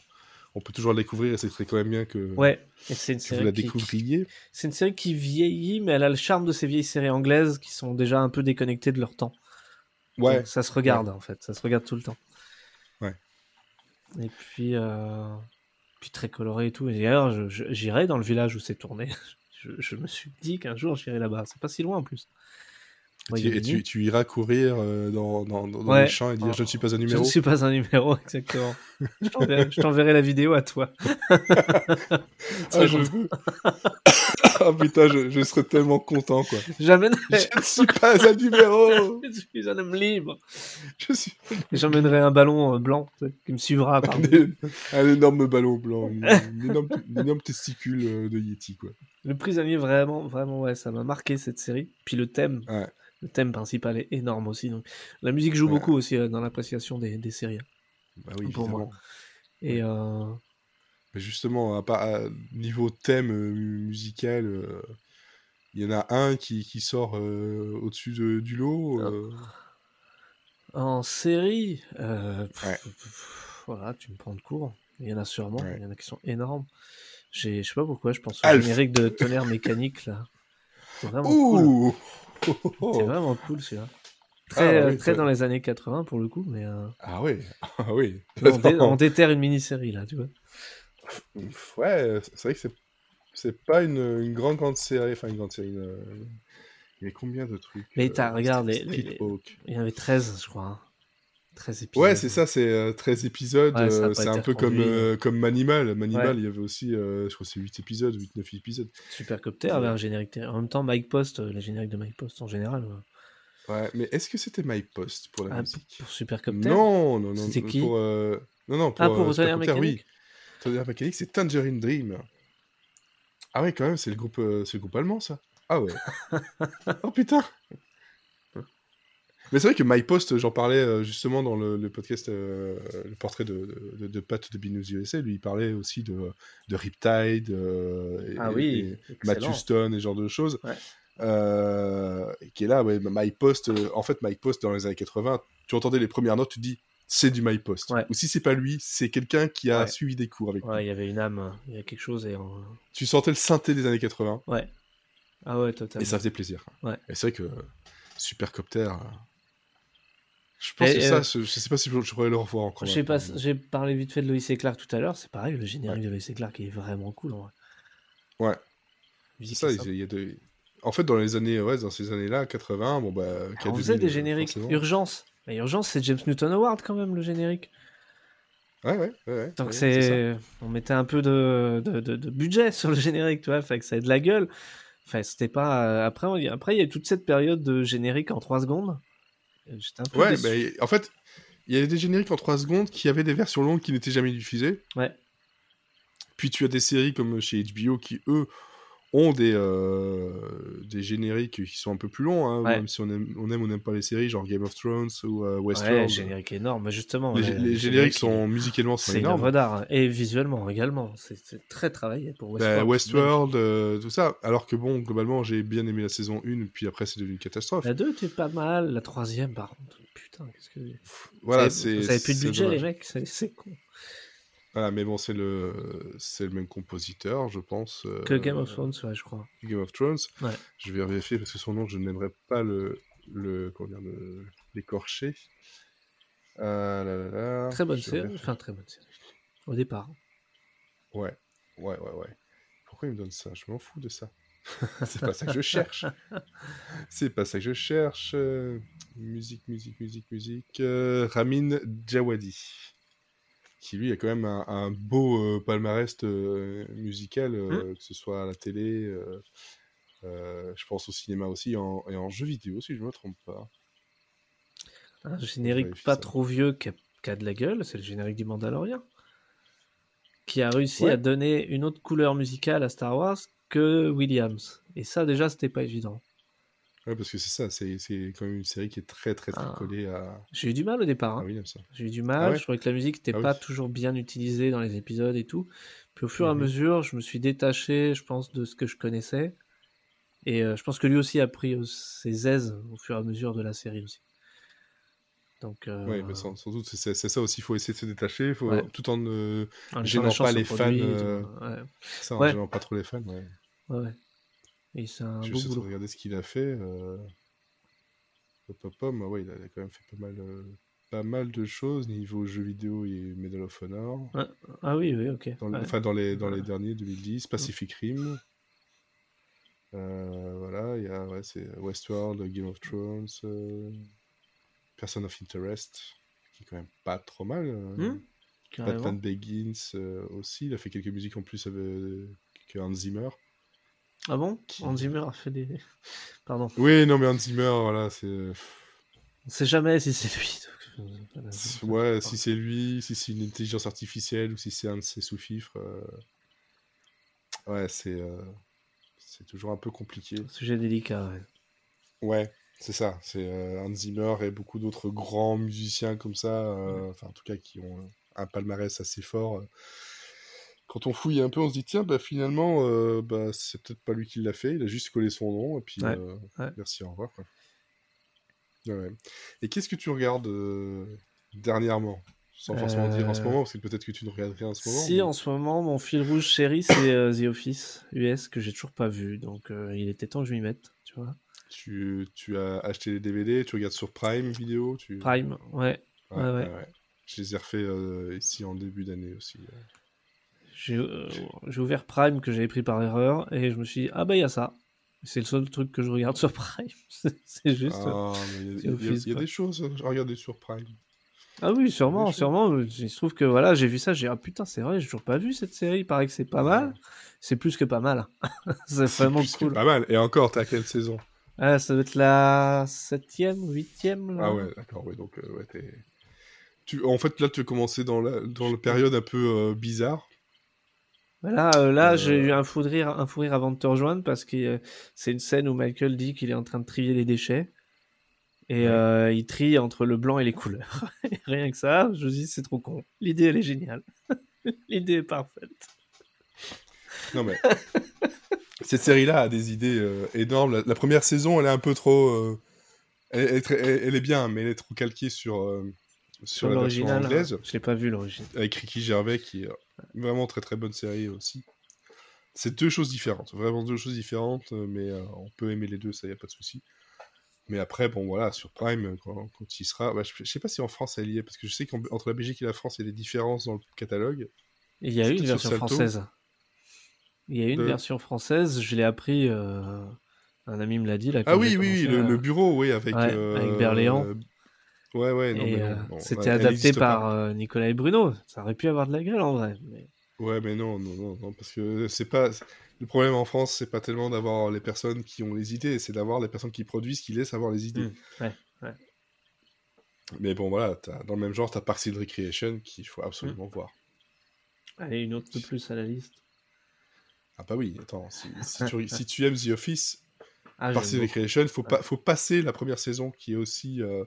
on peut toujours le découvrir et c'est très quand même bien que, Ouais, et c'est une que vous la série qui- découvriez. C'est une série qui vieillit, mais elle a le charme de ces vieilles séries anglaises qui sont déjà un peu déconnectées de leur temps. Ouais, Donc, ça se regarde en fait, ça se regarde tout le temps. Ouais. Et puis, euh, puis très coloré et tout. Et d'ailleurs, je- je- j'irai dans le village où c'est tourné. Je, je me suis dit qu'un jour j'irai là-bas. C'est pas si loin en plus. Moi, il y tu, avait et tu, dit, tu iras courir euh, dans, dans, dans Ouais. les champs et dire Oh. je ne suis pas un Je numéro. ne suis pas un numéro, exactement. je t'enverrai- je t'enverrai la vidéo à toi. Ah, je veux. ah putain, je, je serais tellement content quoi. J'amènerai. je ne suis pas un numéro. Je suis un homme libre. Je suis Et J'emmènerai un ballon euh, blanc tu sais, qui me suivra. un, parmi- un énorme ballon blanc, une, une énorme, une énorme testicule euh, de Yeti quoi. Le prisonnier, vraiment, vraiment, ouais, ça m'a marqué cette série. Puis le thème, Ouais. le thème principal est énorme aussi. Donc, la musique joue Ouais. beaucoup aussi euh, dans l'appréciation des, des séries. hein, Bah oui, Pour moi. évidemment. Et euh, Mais justement, à part- à- niveau thème euh, mu- musical, euh, il y en a un qui, qui sort euh, au-dessus de- du Ah, lot. euh, en série, euh, pff, Ouais. pff, voilà, tu me prends de court. Il y en a sûrement, Ouais. il y en a qui sont énormes. J'ai- Je sais pas pourquoi, je pense au Alf. générique de tonnerre mécanique là. C'est vraiment cool. Ouh Oh, C'est vraiment cool celui-là. Ah Très, euh, ouais, très ça- dans les années 80 pour le coup, mais euh, Ah oui, ah oui. on, dé- on déterre une mini-série là, tu vois. Ouf, Ouais, euh, c'est vrai que c'est, c'est pas une, une grande, grande série. Enfin, une grande série. une, euh, Il y a combien de trucs Mais euh, t'as- regarde, les- Street les- Hawk. Il y en avait 13, je crois. hein. 13 épisodes. Ouais, c'est ça, c'est euh, 13 épisodes. Ouais, ça a euh, pas c'est été un peu comme, reconduit. euh, comme Manimal. Manimal, il y avait aussi, euh, je crois, que c'est 8 épisodes, 8-9 épisodes. Supercopter avait un générique. ter- En même temps, Mike Post, euh, les génériques de Mike Post en général, euh, Ouais, mais est-ce que c'était My Post pour la Ah, musique pour Supercopter. Non, non, non. C'était qui pour, euh, Non, non, pour, ah, pour euh, Tonnerre Supercopter, Mécanique. oui. Tonnerre Mécanique, c'est Tangerine Dream. Ah ouais, quand même, c'est le groupe, euh, c'est le groupe allemand, ça. Ah ouais. oh putain mais c'est vrai que My Post, j'en parlais euh, justement dans le, le podcast, euh, le portrait de, de, de Pat de Binous USA, lui il parlait aussi de, de Riptide, euh, et- Ah et- oui, excellent. Matthew Stone et ce genre de choses. Ouais. Euh, qui est là, ouais, Mike Post. euh, en fait, Mike Post, dans les années 80, tu entendais les premières notes, tu dis c'est du Mike Post. Ouais. Ou si c'est pas lui, c'est quelqu'un qui a Ouais. suivi des cours avec Ouais, lui. il y avait une âme, euh, il y a quelque chose. Et on- Tu sentais le synthé des années 80 Ouais. Ah ouais, totalement. et ça faisait plaisir. Ouais. Et c'est vrai que euh, Supercopter. euh, Je pense Et, que ça, euh, je, je sais pas si je, je pourrais le revoir encore. hein, Je sais pas, j'ai parlé vite fait de Loïs et Clark tout à l'heure, c'est pareil, le générique de Loïs et Clark est vraiment cool en vrai. Ouais. Musique C'est ça, est il y a- sympa. il y a des- En fait, dans les années, ouais, dans ces années-là, 80, bon bah. Ah, on 2000, faisait des euh, génériques. forcément. Urgence. Mais Urgence, c'est James Newton Award quand même, le générique. Ouais, ouais, ouais, ouais. Donc ouais, ça. c'est, on mettait un peu de, de, de- de budget sur le générique, tu vois, fait que ça ait de la gueule. Enfin, c'était pas. euh, Après, on... après, il y a eu toute cette période de générique en 3 secondes. Euh, J'étais un peu Ouais, déçu. ben, en fait, il y avait des génériques en 3 secondes qui avaient des versions longues qui n'étaient jamais diffusées. Ouais. Puis tu as des séries comme chez HBO qui, eux, ont des, euh, des génériques qui sont un peu plus longs, hein, Ouais. même si on aime, on aime ou n'aime pas les séries, genre Game of Thrones ou euh, Ouais, Westworld. générique énorme, justement. euh, les, les ouais, le génériques générique, sont musicalement sont C'est une œuvre énormes. d'art. hein. Et visuellement également. C'est- C'est très travaillé pour Westworld. Ben, Westworld, euh, tout ça. Alors que bon, globalement, j'ai bien aimé la saison 1, puis après, c'est devenu une catastrophe. La 2 était pas mal, la troisième par contre. Putain, qu'est-ce que. Voilà, Vous avez- c'est. Vous avez plus de c'est budget, dommage. les mecs, c'est c'est con. Voilà, mais bon, c'est le, c'est le même compositeur, je pense. euh, Que Game of Thrones, ouais, je crois. Game of Thrones. Ouais. Je vais vérifier parce que son nom, je n'aimerais pas le, le comment dire, le- l'écorcher. Euh, là, là, là. Très bonne Je vais série. vérifier. Enfin, très bonne série. Au départ. Ouais, ouais, ouais, ouais. Pourquoi il me donne ça Je m'en fous de ça. C'est pas ça que je cherche. C'est pas ça que je cherche. Euh, musique, musique, musique, musique. Euh, Ramin Djawadi. Qui lui a quand même un, un beau euh, palmarès euh, musical, euh, que ce soit à la télé, euh, euh, je pense au cinéma aussi, en- et en jeu vidéo, si je me trompe pas. Un Je vérifie générique pas ça. trop vieux qui a, qui a de la gueule, c'est le générique du Mandalorian. Qui a réussi Ouais. à donner une autre couleur musicale à Star Wars que Williams. Et ça, déjà, c'était pas évident. Ouais, parce que c'est ça, c'est c'est quand même une série qui est très, très, très Ah. collée à, J'ai eu du mal au départ. à hein. Williams. J'ai eu du mal, Ah ouais je trouvais que la musique n'était Ah oui. pas toujours bien utilisée dans les épisodes et tout. Puis au fur et à Mhm. mesure, je me suis détaché, je pense, de ce que je connaissais. Et euh, je pense que lui aussi a pris euh, ses aises au fur et à mesure de la série aussi. Donc, euh, Oui, mais bah, sans, sans doute, c'est- c'est c'est ça aussi, il faut essayer de se détacher, faut, Ouais. tout en ne en laissant gênant la chance pas au les fans, produit et tout. euh, Ouais, Ça, Ouais. en gênant pas trop les fans. Ouais. ouais, ouais. Et c'est un Je beau vais essayer de boulot. regarder ce qu'il a fait. Euh... Hop, hop, hop. Ah ouais, il a il a quand même fait pas mal, euh, pas mal de choses niveau jeux vidéo et Medal of Honor. Ah oui, oui, ok. Dans le- Ouais. Enfin, dans les, dans les Ouais. derniers, 2010, Pacific Rim. Euh, voilà, il y a ouais, c'est Westworld, Game of Thrones, euh, Person of Interest, qui est quand même pas trop mal. euh, Hmm, carrément. Batman Begins euh, aussi, il a fait quelques musiques en plus avec, euh, que Hans Zimmer. Ah bon Qui- Hans Zimmer a fait des... Pardon. Oui, non, mais Hans Zimmer, voilà, c'est. On sait jamais si c'est lui. donc, euh, voilà. Ouais, si c'est lui, si c'est une intelligence artificielle ou si c'est un de ses sous-fifres. euh, Ouais, c'est. euh, C'est toujours un peu compliqué. Sujet délicat, ouais. Ouais, c'est ça. C'est euh, Hans Zimmer et beaucoup d'autres grands musiciens comme ça, euh, enfin, en tout cas, qui ont un palmarès assez fort. euh. Quand on fouille un peu, on se dit, tiens, bah, finalement, euh, bah, c'est peut-être pas lui qui l'a fait, il a juste collé son nom, et puis Ouais, euh, ouais. merci, au revoir. quoi. Ouais, ouais. Et qu'est-ce que tu regardes euh, dernièrement? Sans forcément dire en ce Euh, moment, parce que peut-être que tu ne regardes rien en ce moment. Si, mais- en ce moment, mon fil rouge chéri, c'est euh, The Office US que j'ai toujours pas vu. Donc, euh, il était temps que je m'y mette, tu vois. Tu, tu as acheté les DVD, tu regardes sur Prime Vidéo, tu... Prime, ouais. Ouais, Ouais, ouais. ouais, ouais. Je les ai refaits euh, ici en début d'année aussi. euh. J'ai euh, j'ai ouvert Prime que j'avais pris par erreur et je me suis dit, ah bah, il y a ça. C'est le seul truc que je regarde sur Prime. C'est c'est juste. Ah, mais il y a- The il y a, hein. il y a Office, quoi. des choses à regarder sur Prime. Ah oui, sûrement, Bien sûr. sûrement. Il se trouve que voilà, j'ai vu ça, j'ai dit, ah putain, c'est vrai, j'ai toujours pas vu cette série. Il paraît que c'est pas mal. C'est plus que pas mal. c'est vraiment Puisque cool. Pas mal. Et encore, t'as quelle saison Ah, ça doit être la septième, huitième. là. Ah ouais, d'accord, oui, donc euh, ouais, t'es- Tu, en fait, là, tu as commencé dans la, dans la période un peu euh, bizarre. Mais Là, euh, là, Euh, j'ai eu un fou de rire, un fou rire avant de te rejoindre parce que euh, c'est une scène où Michael dit qu'il est en train de trier les déchets et Ouais. euh, il trie entre le blanc et les couleurs. Et Rien que ça, je me dis c'est trop con. L'idée elle est géniale. L'idée est parfaite. Non, mais. cette série-là a des idées euh, énormes. La, la première saison, elle est un peu trop. euh, elle, elle est très- elle- elle est bien, mais elle est trop calquée sur, euh, sur, la version l'original, anglaise. hein, je l'ai pas vu l'original. avec Ricky Gervais, qui est vraiment très très bonne série aussi. C'est deux choses différentes, vraiment deux choses différentes, euh, mais euh, on peut aimer les deux, ça y a pas de souci. Mais après, bon voilà, sur Prime, euh, quand, quand il sera, bah, je, je sais pas si en France elle y est, parce que je sais qu'entre la Belgique et la France, il y a des différences dans le catalogue. Il y a eu C'était une sur version Salto. française. Il y a eu une De- version française, je l'ai appris, euh, un ami me l'a dit. Là, Ah quand oui, j'ai oui, oui, commencé le, à- le bureau, oui, avec, Ouais, euh, avec Berléand. euh, ouais, ouais, non, Et, mais non, euh, non, c'était elle- elle adapté existe pas. par euh, Nicolas et Bruno. Ça aurait pu avoir de la gueule en vrai. mais- Ouais, mais non, non, non, non, parce que euh, c'est pas. Le problème en France, c'est pas tellement d'avoir les personnes qui ont les idées, c'est d'avoir les personnes qui produisent, qui laissent avoir les idées. Mm, ouais, ouais. Mais bon, voilà, t'as- dans le même genre, t'as Parcel Recreation qu'il faut absolument Mmh. voir. Allez, une autre de plus à la liste. Ah bah oui, attends, si, si tu, si tu aimes The Office, Ah, Parcel j'aime beaucoup. Recreation, faut, pas, faut passer la première saison qui est aussi euh,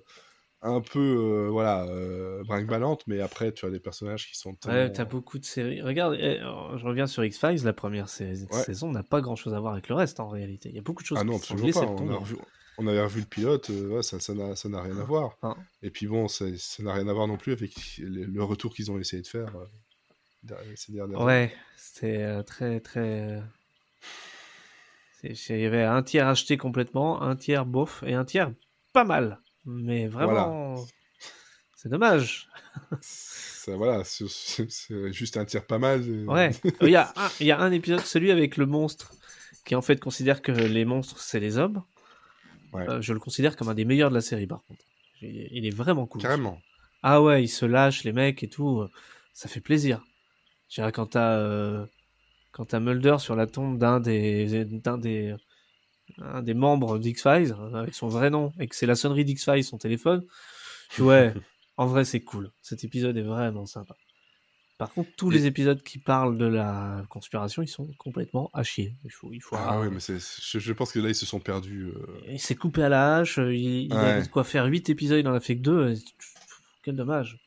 un peu, euh, voilà, euh, brinque-ballante, mais après, tu as des personnages qui sont Ouais, tellement- t'as beaucoup de séries. Regarde, eh, alors, je reviens sur X-Files, la première sa- Ouais. saison n'a pas grand chose à voir avec le reste en réalité. Il y a beaucoup de choses Ah non, qui sont toujours laissées pas. de On, a tomber. revu- on avait revu le pilote, euh, ouais, ça ça n'a ça n'a rien à voir. Ah. Et puis bon, ça ça n'a rien à voir non plus avec le, le retour qu'ils ont essayé de faire euh, derrière- ces dernières années. Ouais, c'était euh, très très. euh, c'est- c'est- Il y avait un tiers acheté complètement, un tiers bof et un tiers pas mal. Mais vraiment, c'est dommage. Ça, voilà, c'est- c'est c'est juste un tir pas mal. euh, Ouais. Il y, a un, il y a un épisode, celui avec le monstre, qui en fait considère que les monstres, c'est les hommes. Ouais. Euh, je le considère comme un des meilleurs de la série, par contre. Il est- il est vraiment cool. Carrément. Ah ouais, ils se lâchent, les mecs et tout. euh, Ça fait plaisir. Je dirais, quand t'as euh, quand t'as Mulder sur la tombe d'un des d'un des un des membres d'X-Files euh, avec son vrai nom et que c'est la sonnerie d'X-Files son téléphone. je dis, Ouais, en vrai c'est cool. Cet épisode est vraiment sympa. Par contre, tous Et- les épisodes qui parlent de la conspiration, ils sont complètement à chier. Il faut il faut Ah ouais, mais c'est- je, je pense que là, ils se sont perdus. euh, il s'est coupé à la hache, il, il avait Ouais. de quoi faire 8 épisodes, il en a fait que 2. Quel dommage.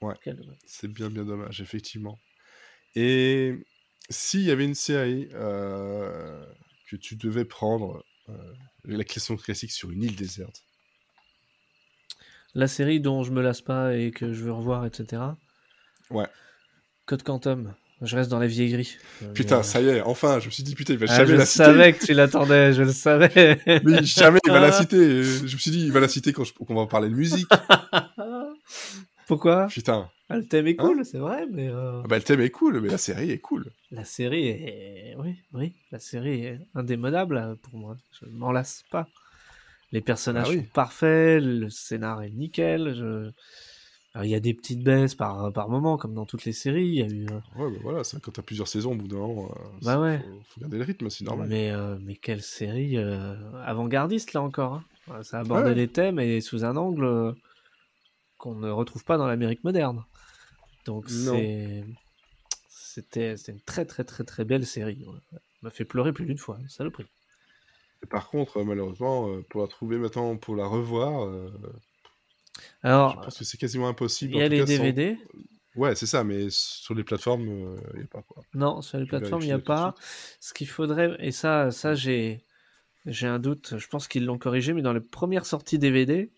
Ouais. Quel dommage. C'est bien, bien dommage, effectivement. Et s'il y avait une série euh, que tu devais prendre, euh, la question classique sur une île déserte. La série dont je me lasse pas et que je veux revoir, etc. Ouais. Code Quantum. Je reste dans la vieillerie. Euh, Putain, euh, ça y est, enfin, je me suis dit, putain, il va ah, jamais je la citer. savais Ah. que tu l'attendais, je le savais. Mais jamais il va la citer. Et Je me suis dit, il va la citer quand, je- qu'on va parler de musique. Pourquoi Putain. Ah, Le thème est Hein cool, c'est vrai, mais euh, Ah bah, le thème est cool, mais la série est cool. la série est. Oui, oui, la série est indémodable euh, pour moi. Je m'en lasse pas. Les personnages Ah oui. sont parfaits, le scénar est nickel. je- Alors, il y a des petites baisses par, par moment, comme dans toutes les séries. Il y a eu. euh, Ouais, bah voilà, ça, quand t'as plusieurs saisons, au bout d'un moment, euh, Bah c'est- ouais. faut, faut garder le rythme, c'est normal. Mais, euh, mais quelle série euh, avant-gardiste là encore. hein. Euh, Ça abordait Ouais. les thèmes et sous un angle euh, qu'on ne retrouve pas dans l'Amérique moderne. Donc Non. c'est- c'était c'était une très très très très belle série. ouais. Elle m'a fait pleurer plus d'une fois, hein, saloperie. Et Par contre, euh, malheureusement, euh, pour la trouver maintenant, pour la revoir, euh, je Alors, pense que c'est quasiment impossible. Ah. il y en a tout les cas, sans- DVD. Ouais, c'est ça, mais sur les plateformes, euh, il n'y a pas quoi. Non, sur Je les vais plateformes, il n'y vérifier a tout de pas. Ce qu'il faudrait, et ça, ça j'ai, j'ai un doute, je pense qu'ils l'ont corrigé, mais dans les premières sorties DVD,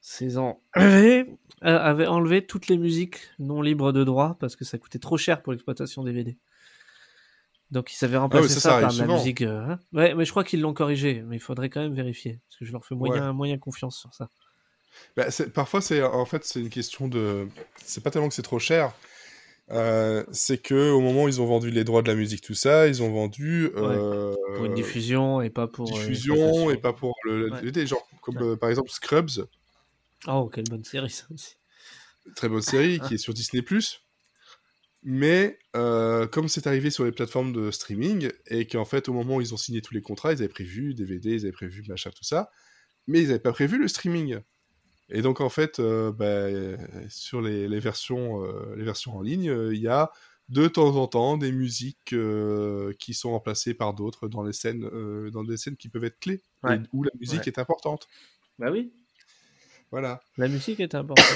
ces en euh, avaient enlevé toutes les musiques non libres de droit parce que ça coûtait trop cher pour l'exploitation DVD. Donc ils savaient remplacer Ah ça, ça ça, par arrive de la souvent. musique. euh, hein. Ouais, mais je crois qu'ils l'ont corrigé, mais il faudrait quand même vérifier parce que je leur fais moyen, moyen confiance sur ça. Bah, c'est- parfois, c'est en fait, c'est une question de. C'est pas tellement que c'est trop cher. euh, c'est que au moment où ils ont vendu les droits de la musique, tout ça, ils ont vendu euh, Pour une diffusion et pas pour euh, diffusion l'exploitation. et pas pour le. le Ouais. DVD, genre comme Ouais. euh, par exemple Scrubs. Oh, quelle bonne série ça aussi. Très bonne série qui est sur Disney. Mais euh, comme c'est arrivé sur les plateformes de streaming, et qu'en fait, au moment où ils ont signé tous les contrats, ils avaient prévu DVD, ils avaient prévu machin, tout ça, mais ils n'avaient pas prévu le streaming. Et donc, en fait, euh, bah, sur les, les versions, euh, les versions en ligne, euh, il y a de temps en temps des musiques euh, qui sont remplacées par d'autres dans les scènes, euh, dans des scènes qui peuvent être clés, et Ouais. où la musique Ouais. est importante. Bah oui, Voilà. la musique est importante.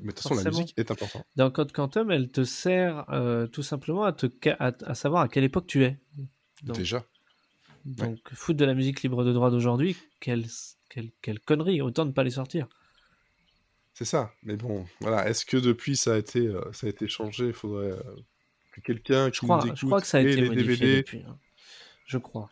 Mais de toute façon, la Forcément. musique est importante. Dans Code Quantum, elle te sert euh, tout simplement à, te ca- à, à savoir à quelle époque tu es. Donc, Déjà. donc foutre de la musique libre de droit d'aujourd'hui, quelle, quelle, quelle connerie, autant ne pas les sortir. C'est ça. Mais bon, voilà. Est-ce que depuis ça a été, euh, ça a été changé Il faudrait euh, que quelqu'un qui Je crois, nous je crois écoute que ça a et été les modifié DVD, depuis. hein. Je crois.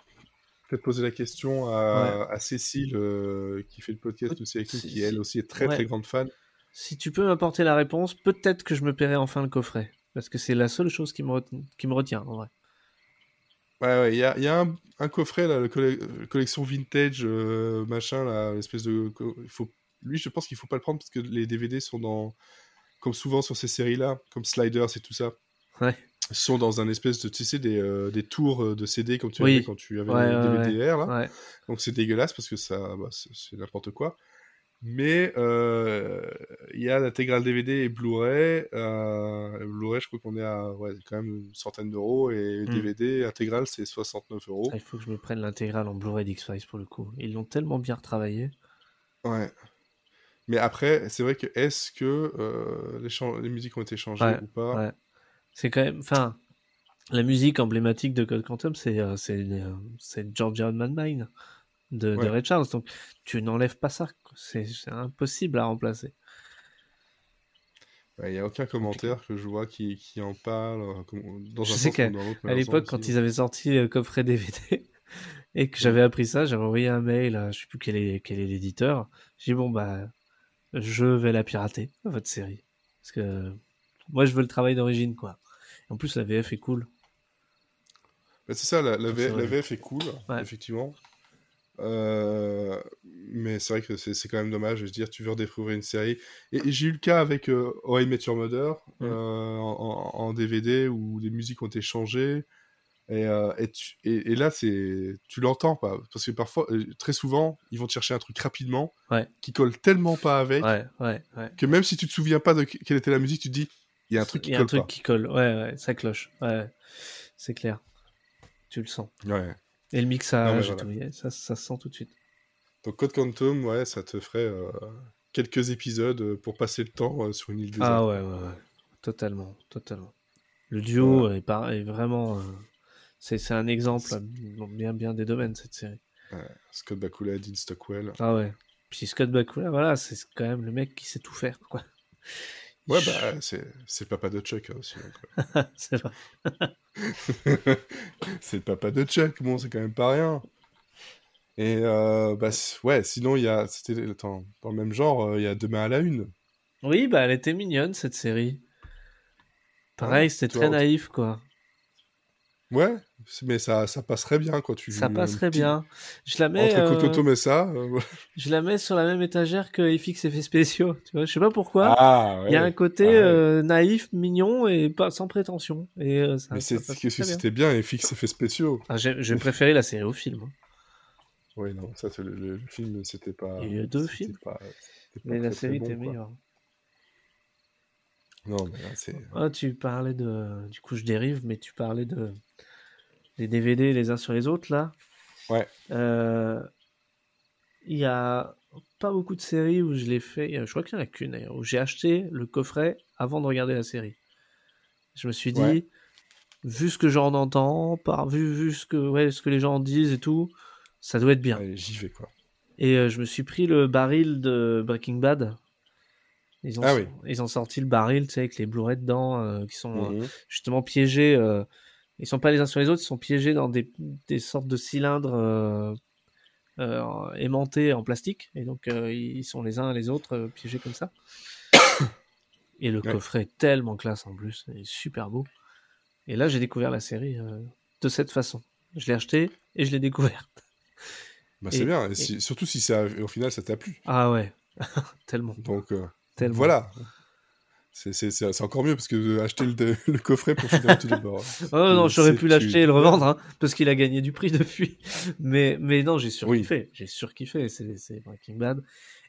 peut-être poser la question à, à Cécile euh, qui fait le podcast aussi avec nous, Si- qui elle si. aussi est très Ouais. très grande fan. Si tu peux m'apporter la réponse, peut-être que je me paierai enfin le coffret. Parce que c'est la seule chose qui me, retenait- qui me retient, en vrai. Ouais, ouais, il y a, il y a un, un coffret, là, la collection vintage, euh, machin, là, l'espèce de. co- il faut, lui, je pense qu'il faut pas le prendre parce que les DVD sont dans. Comme souvent sur ces séries-là, comme Sliders et tout ça, Ouais. sont dans un espèce de. Tu sais, des, euh, des tours euh, de CD comme tu Oui. avais quand tu avais Ouais, les ouais, DVD-R, là. Ouais. Donc c'est dégueulasse parce que ça, bah, c'est c'est n'importe quoi. Mais euh, il y a l'intégrale DVD et Blu-ray. Euh, le Blu-ray, je crois qu'on est à ouais, quand même une centaine d'euros. Et Mm. DVD intégrale, c'est 69 euros. Ah, Il faut que je me prenne l'intégrale en Blu-ray d'X-Files pour le coup. Ils l'ont tellement bien retravaillé. Ouais. Mais après, c'est vrai que est-ce que euh, les, chan- les musiques ont été changées Ouais, ou pas Ouais. C'est quand même. Enfin, la musique emblématique de Code Quantum, c'est euh, c'est, euh, c'est Georgia Mad Mine de, de Ouais. Ray Charles. Donc, tu n'enlèves pas ça. quoi. C'est c'est impossible à remplacer. Ouais, Il n'y a aucun commentaire que je vois qui, qui en parle euh, comme- dans Je un sais sens qu'à- ou dans l'autre. hein. à l'époque, quand ils avaient sorti le coffret DVD et que j'avais appris ça, j'avais envoyé un mail, à, je sais plus quel est quel est l'éditeur. J'ai dit bon bah, je vais la pirater votre série parce que moi je veux le travail d'origine quoi. En plus la VF est cool. Bah, c'est ça, la, la Ça, V- c'est la vrai. VF est cool, Ouais. effectivement. Euh, mais c'est vrai que c'est c'est quand même dommage de se dire tu veux redécouvrir une série. Et, et j'ai eu le cas avec euh, How I Met Your Mother Mm. euh, en, en- en DVD où les musiques ont été changées. Et, euh, et, tu- et- et là, c'est tu l'entends pas. Parce que parfois, euh, très souvent, ils vont te chercher un truc rapidement Ouais. qui colle tellement pas avec Ouais ouais ouais. que même si tu te souviens pas de que- quelle était la musique, tu te dis il y a un truc Il qui y a colle un truc pas. qui colle. Ouais ouais, ça cloche. Ouais, ouais. c'est clair. Tu le sens. Ouais. Et le mixage, Non, et mais tout, yeah, ça, ça se sent tout de suite. Donc Code Quantum, ouais, ça te ferait euh, quelques épisodes euh, pour passer le temps euh, sur une île déserte. Ah ouais, ouais, ouais. Totalement, totalement. Le duo est, par- est vraiment. euh, c'est c'est un exemple à bien, bien des domaines, cette série. Scott Bakula, Dean Stockwell. Ah ouais. Puis Scott Bakula, voilà, c'est quand même le mec qui sait tout faire, quoi. Il Ouais, ch- bah, c'est c'est le papa de Chuck hein, aussi. donc, c'est vrai. ouais. c'est le papa de Chuck, bon, c'est quand même pas rien. Et euh, bah, c- ouais, sinon, il y a. C'était attends, dans le même genre, euh, il y a Demain à la Une. Oui, bah, elle était mignonne, cette série. Ah Pareil, c'était toi, très au- naïf, quoi. Ouais, c'est- mais ça, ça passerait bien quand tu. Ça un passerait petit- bien. Je la mets. Entre euh, Code Quantum et ça. euh, ouais. je la mets sur la même étagère que FX Effets Spéciaux. Tu vois, je sais pas pourquoi. ah, Il y a un côté Ah ouais. euh, naïf, mignon et pas sans prétention. Et euh, ça, Mais ça c'est qu'est-ce passe que très bien. c'était bien, et fixe effets spéciaux. Ah, j'ai j'ai préféré la série au film. hein. Oui, non, ça, c'est le, le- le film, c'était pas. Il y a eu deux c'était films. pas- c'était pas Mais très, la très série bon, était quoi. meilleure. Non, mais là, c'est. Ah, tu parlais de. Du coup, je dérive, mais tu parlais de. Les DVD les uns sur les autres, là. Ouais. Euh, Il y a pas beaucoup de séries où je l'ai fait. Je crois qu'il y en a qu'une, d'ailleurs, où j'ai acheté le coffret avant de regarder la série. Je me suis dit, Ouais. vu ce que j'en entends, par, vu, vu ce, que, ouais, ce que les gens en disent et tout, ça doit être bien. Allez, j'y vais, quoi. Et euh, je me suis pris le baril de Breaking Bad. Ils ont, Ah oui. ils ont sorti le baril, tu sais, avec les Blu-ray dedans, euh, qui sont euh, Mhm. justement piégés. euh, ils sont pas les uns sur les autres, ils sont piégés dans des, des sortes de cylindres euh, euh, aimantés en plastique. Et donc, euh, ils sont les uns les autres euh, piégés comme ça. et le Ouais. coffret est tellement classe en plus, il est super beau. Et là, j'ai découvert la série euh, de cette façon. Je l'ai acheté et je l'ai découvert. Bah, c'est Et- bien, et si- surtout si ça, au final ça t'a plu. Ah ouais, Tellement. Donc euh, Tellement. voilà. C'est- C'est c'est- c'est encore mieux parce que euh, acheter le, le coffret pour finir tout d'abord. Oh non, j'aurais C'est- pu l'acheter et tu- le revendre, hein, parce qu'il a gagné du prix depuis. Mais, mais non, j'ai surkiffé. J'ai surkiffé, c'est c'est Breaking Bad.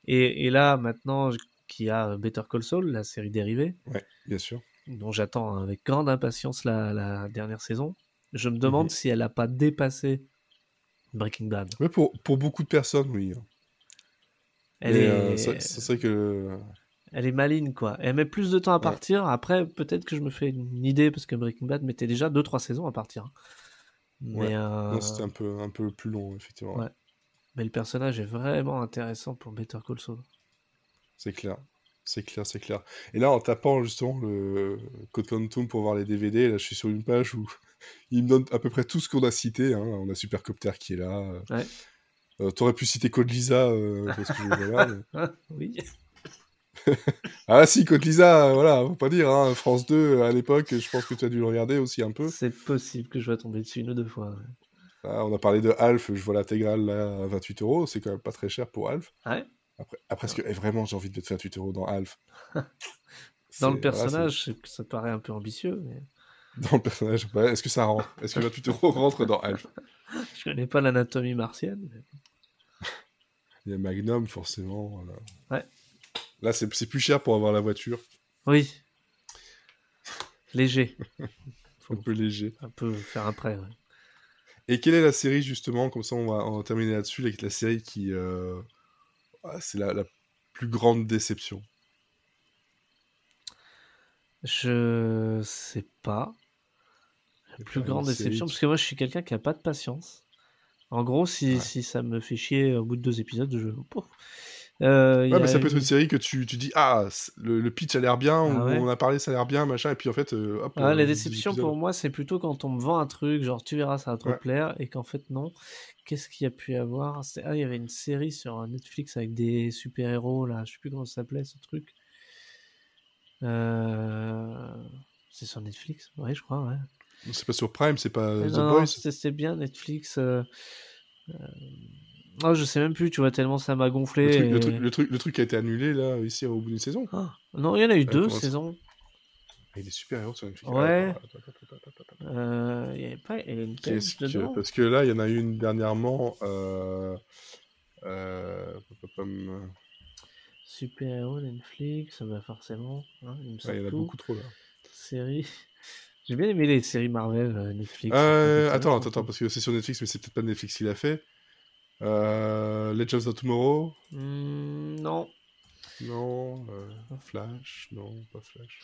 Et, et là, maintenant, je- qu'il y a euh, Better Call Saul, la série dérivée, Ouais, bien sûr. dont j'attends avec grande impatience la, la dernière saison, je me demande Mhm. si elle n'a pas dépassé Breaking Bad. Mais pour, pour beaucoup de personnes, oui. hein. Elle Mais, est... euh, ça- ça serait que euh, Elle est maligne, quoi. Elle met plus de temps à partir. Après, peut-être que je me fais une idée parce que Breaking Bad mettait déjà 2-3 saisons à partir. hein. Mais, Ouais. euh, non, c'était un peu, un peu plus long, effectivement. Ouais. mais le personnage est vraiment intéressant pour Better Call Saul. C'est clair. C'est clair, c'est clair. Et là, en tapant justement le Code Quantum pour voir les DVD, là, je suis sur une page où il me donne à peu près tout ce qu'on a cité. hein. On a Supercopter qui est là. Ouais. Euh, T'aurais pu citer Code Lisa, euh, parce que je le vois là, mais- Hein oui. Ah si, Code Lisa, euh, voilà, faut pas dire. hein. France 2, à l'époque, je pense que tu as dû le regarder aussi un peu. C'est possible que je vais tomber dessus une ou deux fois. ouais. Ah, on a parlé de Alf, je vois l'intégrale là, à 28 euros. C'est quand même pas très cher pour Alf. Ouais. Après, après ce Ah. que, eh, vraiment, j'ai envie de mettre 28 euros dans Alf. Dans C'est- voilà, le c'est- personnage, c'est- ça paraît un peu ambitieux, mais dans le personnage. ouais, Est-ce que ça rentre Est-ce que 28 euros rentre dans Alf je connais pas l'anatomie martienne. mais- Il y a Magnum, forcément. voilà. Ouais. Là, c'est c'est plus cher pour avoir la voiture. Oui. Léger. Un peu léger. Un peu faire un prêt. ouais. Et quelle est la série, justement Comme ça, on va, on va terminer là-dessus. avec La série qui. euh, ah, c'est la, la plus grande déception. Je sais pas. La plus pas une grande série déception, qui- parce que moi je suis quelqu'un qui a pas de patience. En gros, si, Ouais. si ça me fait chier au bout de deux épisodes, je. Pouf. Euh, il y Ouais, mais a ça peut être une- une série que tu, tu dis Ah, c'est- le, le pitch a l'air bien, Ah ou ouais. on a parlé, ça a l'air bien, machin. Et puis en fait, euh, hop. Ah, euh, la dix déception épisodes. pour moi, c'est plutôt quand on me vend un truc, genre tu verras, ça va te Ouais. plaire, et qu'en fait non. Qu'est-ce qu'il y a pu avoir C'est- Ah, il y avait une série sur Netflix avec des super-héros, là, je sais plus comment ça s'appelait ce truc. Euh, C'est sur Netflix Oui, je crois, ouais. C'est pas sur Prime, c'est pas euh, Mais The non, non, Boys. c'était c'était bien Netflix. euh, euh, oh, je sais même plus, tu vois, tellement ça m'a gonflé. Le truc, le, truc, et- le truc- le truc qui a été annulé, là, ici, au bout d'une saison. Ah, non, il y en a eu deux comment ça- saisons. Ah, Il est super héros sur Netflix. Ouais. Ah, Attends, attends, attends, attends, attends, attends. Euh, Il y avait pas il y avait une Qu'est-ce page que... dedans Parce que là, il y en a eu une dernièrement. Euh... Euh... pom, pom, pom, Super-héros, Netflix, bah forcément. hein, il me ouais, semble il y en a tout. beaucoup trop là. Série. J'ai bien aimé les séries Marvel, euh, Netflix. Euh, ça fait attends, longtemps. attends, attends, parce que c'est sur Netflix, mais c'est peut-être pas Netflix qui l'a fait. Euh... Legends of Tomorrow Hmm, non. Non. euh, Flash Non, pas Flash.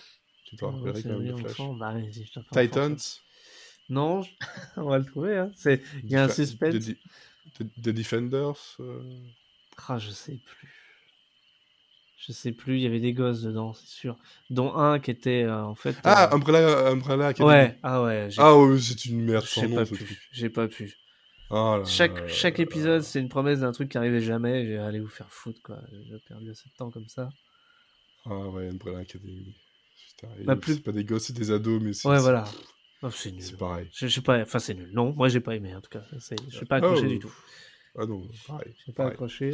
Tu te Non, rappellerais c'est quand même mis de Flash. enfant, bah, vas-y, je t'en parle Titans enfant. Non, je- on va le trouver. Hein. c'est- Il y a un Defa- suspense. The, Di- The- The Defenders euh, Ah, je sais plus. Je sais plus, il y avait des gosses dedans, c'est sûr. Dont un qui était euh, en fait. Ah, euh, Umbrella, Umbrella Academy. Ouais, ah ouais, j'ai Ah, ouais, c'est une merde sans j'ai nom. pas ce pu. truc. J'ai pas pu. Ah là là Chaque, là chaque là. épisode, c'est une promesse d'un truc qui arrivait jamais. J'ai allé vous faire foutre, quoi. J'ai perdu assez de temps comme ça. Ah ouais, Umbrella Academy. Putain, et Bah, le- plus- c'est pas des gosses, c'est des ados, mais c'est Ouais, c'est- voilà. Oh, c'est nul. c'est pareil. Je, je sais pas, enfin, c'est nul. Non, moi, j'ai pas aimé, en tout cas. C'est- Je suis pas Ah, accroché ouais. du tout. Ah non, pareil. J'ai pas pareil. accroché.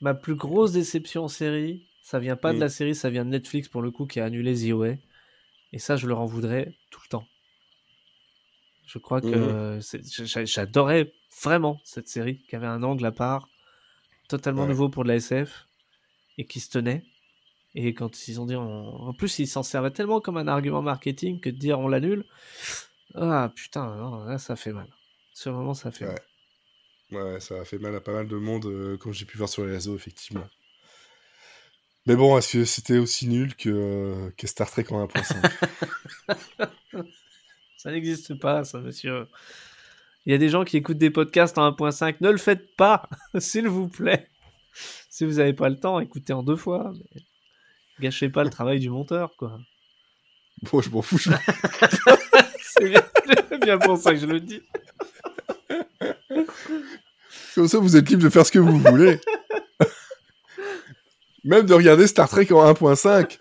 Ma plus grosse déception en série, ça vient pas Mm. de la série, ça vient de Netflix pour le coup qui a annulé The Way. Et ça, je leur en voudrais tout le temps. Je crois que Mm. euh, c'est- j'a- j'a- j'adorais vraiment cette série qui avait un angle à part, totalement Ouais. nouveau pour de la SF et qui se tenait. Et quand ils ont dit, on- en plus, ils s'en servaient tellement comme un argument marketing que de dire on l'annule. Ah putain, non, là, ça fait mal. Sur le moment, ça fait Ouais. mal. Ouais, ça a fait mal à pas mal de monde, euh, comme j'ai pu voir sur les réseaux, effectivement. Mais bon, est-ce que c'était aussi nul que, euh, que Star Trek en 1.5 Ça n'existe pas, ça, monsieur. Il y a des gens qui écoutent des podcasts en 1.5. Ne le faites pas, s'il vous plaît. Si vous n'avez pas le temps, écoutez en deux fois. mais Gâchez pas le travail du monteur, quoi. Bon, je m'en fous, je C'est bien, c'est bien pour ça que je le dis. Comme ça, vous êtes libre de faire ce que vous voulez. Même de regarder Star Trek en 1.5.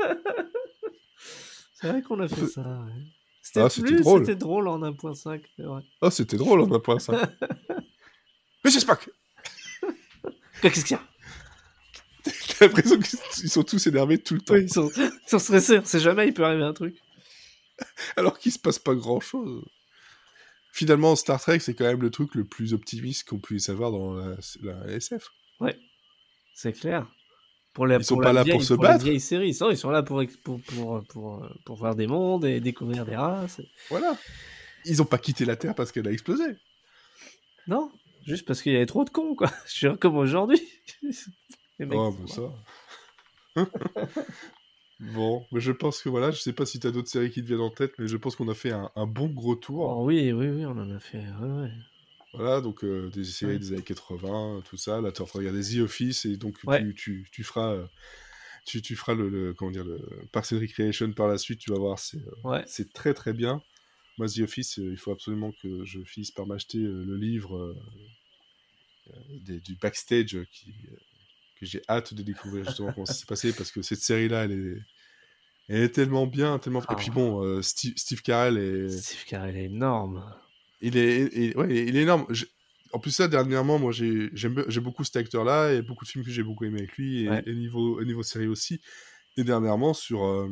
C'est vrai qu'on a fait ça. ouais. C'était Ah, c'était plus, drôle. c'était drôle en 1.5. c'est vrai. Oh, c'était drôle en 1.5. Monsieur Spock Quoi, Qu'est-ce qu'il y a J'ai l'impression qu'ils sont tous énervés tout le temps, Oui, ils, sont, ils sont stressés, on sait jamais, il peut arriver un truc. alors qu'il se passe pas grand-chose. Finalement, Star Trek, c'est quand même le truc le plus optimiste qu'on puisse avoir dans la, la SF. C'est clair. Pour la, Ils sont pour pas la là vieille- pour se la battre. vieille série. Non, ils sont là pour, pour, pour, pour, pour voir des mondes et découvrir des races. Voilà. Ils ont pas quitté la Terre parce qu'elle a explosé. Non, juste parce qu'il y avait trop de cons, quoi. Je suis comme aujourd'hui. Les mecs, Oh, bah ça. bon, mais je pense que voilà, je sais pas si t'as d'autres séries qui te viennent en tête, mais je pense qu'on a fait un, un bon gros tour. Oh, oui, oui, oui, on en a fait. ouais, ouais. Voilà, donc euh, des séries Ouais. des années 80, tout ça. Là, t'es en train de regarder The Office et donc tu- Ouais. tu, tu, feras. euh, Tu, tu feras le, le- comment dire le Parks and Recreation par la suite, tu vas voir, c'est euh, Ouais. c'est très très bien. Moi, The Office, euh, il faut absolument que je finisse par m'acheter euh, le livre euh, euh, des- du backstage euh, qui, euh, que j'ai hâte de découvrir justement comment ça s'est passé parce que cette série-là, elle est, elle est tellement bien, tellement. Ah. Et puis bon, euh, Steve, Steve Carell est, Steve Carell est énorme. il est, il- ouais, il est énorme. Je- En plus ça, dernièrement, moi j'ai j'aime- j'ai beaucoup cet acteur-là et beaucoup de films que j'ai beaucoup aimé avec lui et, Ouais. et niveau et niveau série aussi. Et dernièrement sur euh,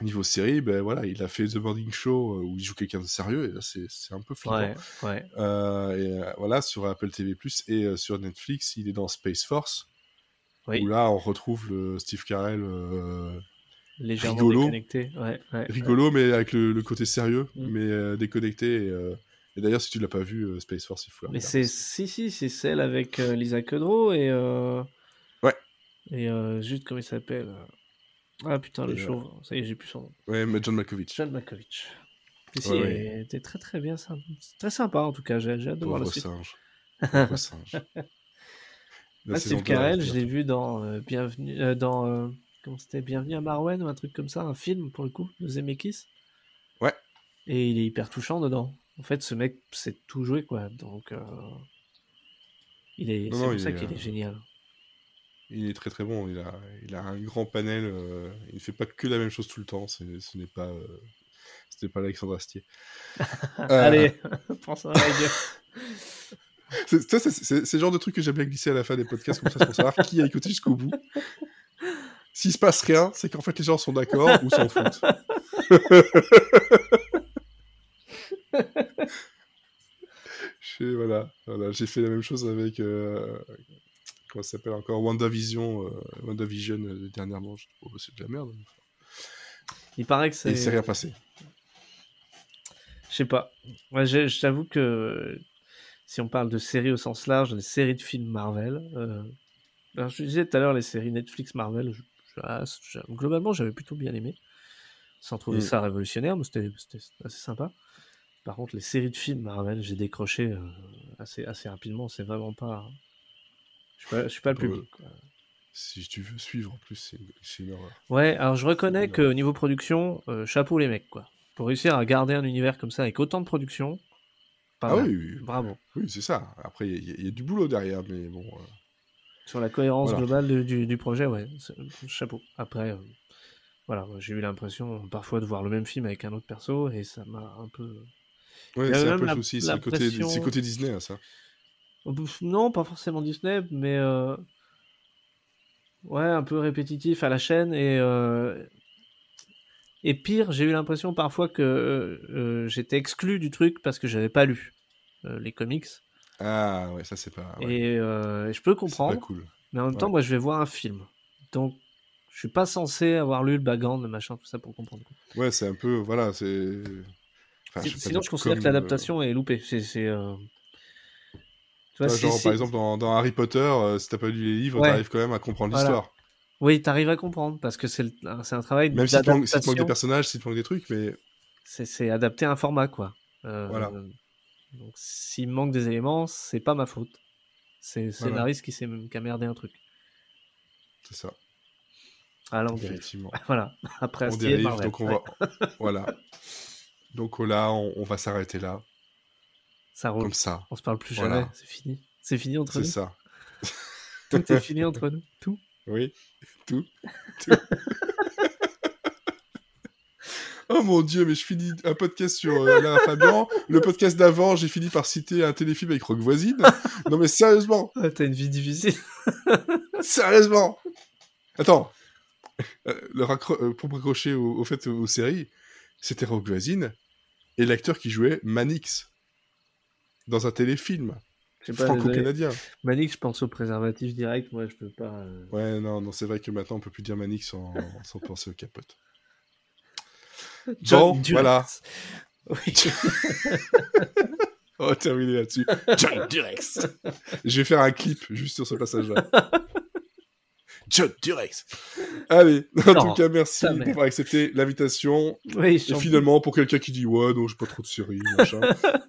niveau série, ben voilà, il a fait The Morning Show euh, où il joue quelqu'un de sérieux et là c'est c'est un peu flippant. Ouais, ouais. Euh, et, euh, voilà sur Apple TV+ et euh, sur Netflix, il est dans Space Force Oui. où là on retrouve le Steve Carell euh, Légèrement Rigolo. déconnecté. Ouais, ouais. rigolo mais avec le, le côté sérieux Mm. mais euh, déconnecté. Et, euh, et d'ailleurs si tu l'as pas vu euh, Space Force, il faut la Mais regarder. c'est si si c'est celle avec euh, Lisa Kudrow et euh, Ouais. et euh, juste comment il s'appelle ah putain le Et, euh, chauve ça y est j'ai plus son nom Ouais, mais John Malkovich. John Malkovich mais si Ouais, elle ouais. était très très bien ça c'est très sympa en tout cas j'ai j'ai hâte de voir la Pauvre suite singe. Pauvre singe. La Ah, saison Steve deux arrive Carell je l'ai bientôt. vu dans euh, bienvenue euh, dans euh, comment c'était bienvenue à Marwen ou un truc comme ça un film pour le coup de Zemeckis Ouais. et il est hyper touchant dedans en fait ce mec sait tout jouer quoi donc euh, il est Non, c'est non, pour il ça est, qu'il euh, est génial Il est très très bon. Il a, il a un grand panel. euh, il ne fait pas que la même chose tout le temps. C'est- Ce n'est pas, euh, ce n'est pas Alexandre Astier. Euh, Allez, prends ça dans la gueule. c'est- ça, c'est- C'est c'est le genre de truc que j'aime bien glisser à la fin des podcasts comme ça pour savoir qui a écouté jusqu'au bout. S'il se passe rien, c'est qu'en fait les gens sont d'accord ou s'en foutent. Je- voilà, voilà, j'ai fait la même chose avec euh, comment ça s'appelle encore WandaVision, euh, WandaVision euh, dernièrement. Je- oh, c'est de la merde. Il paraît que Et c'est. il s'est rien passé. Je sais pas. Moi, je, je t'avoue que si on parle de séries au sens large, les séries de films Marvel. euh, alors, je te disais tout à l'heure, les séries Netflix Marvel, je- je- je- globalement, j'avais plutôt bien aimé. Sans trouver Mm. ça révolutionnaire, mais c'était c'était assez sympa. Par contre, les séries de films Marvel, j'ai décroché euh, assez, assez rapidement. C'est vraiment pas. Je suis pas, je suis pas le Ouais. public. quoi. Si tu veux suivre en plus, c'est une- c'est une horreur. Ouais, alors je reconnais Non. qu'au niveau production, euh, chapeau les mecs, quoi. Pour réussir à garder un univers comme ça avec autant de production, pas Ah mal. oui, oui, oui. Bravo. Oui, c'est ça. Après, il y, a- il y a du boulot derrière, mais bon. euh, Sur la cohérence Voilà. globale de- du, du projet, ouais, c'est- chapeau. Après, euh, voilà, moi, j'ai eu l'impression parfois de voir le même film avec un autre perso et ça m'a un peu. Ouais, Il y a c'est un même peu la- le souci, la c'est le côté, pression. c'est le côté Disney, hein, ça. Ouf, Non, pas forcément Disney, mais euh, ouais, un peu répétitif à la chaîne et euh, et pire, j'ai eu l'impression parfois que euh, j'étais exclu du truc parce que j'avais pas lu euh, les comics. Ah ouais, ça c'est pas, ouais, Et euh, je peux c'est pas comprendre, cool. mais en même temps, Ouais. moi, je vais voir un film. Donc, je suis pas censé avoir lu le background, le machin, tout ça pour comprendre. Ouais, c'est un peu, voilà, c'est. Enfin, vais Ah, pas Si- Sinon, dire je considère comme, que l'adaptation est loupée. C'est. c'est, euh, euh, Tu vois, ouais, si- genre, si- par exemple, dans, dans Harry Potter, euh, si t'as pas lu les livres, bah, Ouais. t'arrives quand même à comprendre Voilà. l'histoire. Oui, t'arrives à comprendre parce que c'est le- c'est un travail Même si tu manques si te manque d'adaptation. des personnages, si te manque des trucs, mais c'est, c'est adapté à un format, quoi. Euh, Voilà. Donc, s'il manque des éléments, c'est pas ma faute. C'est le Voilà. scénariste qui s'est qui a merdé un truc. c'est ça, Ah là, on dérive. effectivement. Voilà. Après, on Astier, dérive, Marvel. donc on Ouais, va, voilà. Donc oh là, on, on va s'arrêter là, Ça roule. comme ça, On se parle plus jamais. Voilà. C'est fini. C'est fini entre c'est nous. ça. Tout est fini entre nous. Tout. Oui, tout. tout. oh mon dieu, mais je finis un podcast sur euh, Alain Fabian. Le podcast d'avant, j'ai fini par citer un téléfilm avec Rock Voisine. Non mais sérieusement, Ah, T'as une vie difficile. sérieusement. Attends, euh, le raccro- euh, pour me raccrocher au, au fait aux séries, c'était Rock Voisine et l'acteur qui jouait Manix dans un téléfilm Je sais pas, désolé. franco-canadien. Manique, je pense au préservatif direct. Moi, je peux pas. euh, Ouais, non, non, c'est vrai que maintenant on peut plus dire Manix sans, sans penser au capote. John Bon, Durant. voilà. Oui. On va terminer là-dessus. John Durex. Je vais faire un clip juste sur ce passage-là. John Durex. Allez, en Non, tout cas, merci ta mère. pour accepter l'invitation. Oui, je Et t'en prie. finalement, pour quelqu'un qui dit ouais, non, j'ai pas trop de séries, machin.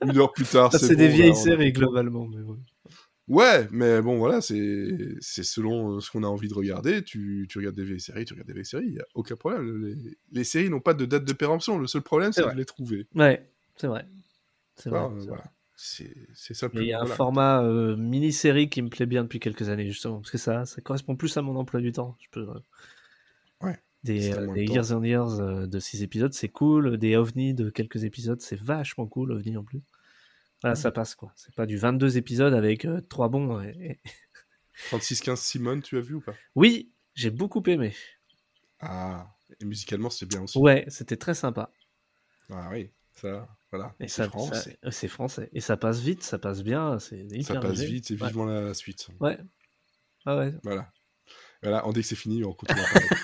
Une heure plus tard, Ça, c'est c'est des bon, vieilles là, on a- séries globalement, mais ouais. Ouais, mais bon, voilà, c'est c'est selon euh, ce qu'on a envie de regarder. Tu, tu regardes des vieilles séries, tu regardes des vieilles séries, il a aucun problème. Les, les séries n'ont pas de date de péremption. Le seul problème, C'est c'est de vrai. les trouver. Ouais, c'est vrai. C'est vrai. Ah, c'est euh, vrai. voilà. C'est c'est ça le Mais il plus. y a un voilà. format euh, mini-série qui me plaît bien depuis quelques années, justement, parce que ça, ça correspond plus à mon emploi du temps. Je peux, euh, Ouais, Des, ça, euh, moins des de temps. Years and Years euh, de 6 épisodes, c'est cool. Des OVNI de quelques épisodes, c'est vachement cool, OVNI en plus. Voilà, ça passe, quoi. C'est pas du 22 épisodes avec 3 bons. euh, et- et- 36-15 Simone, tu as vu ou pas Oui, j'ai beaucoup aimé. Ah, et musicalement, c'est bien aussi. Ouais, c'était très sympa. Ah oui, ça, voilà. Et C'est ça, français. ça- c'est français. Et ça passe vite, ça passe bien. C'est Ça, hyper passe léger. vite et Ouais. vivement la, la suite. Ouais. Ah ouais. Voilà. Voilà, on dit que c'est fini, on continue à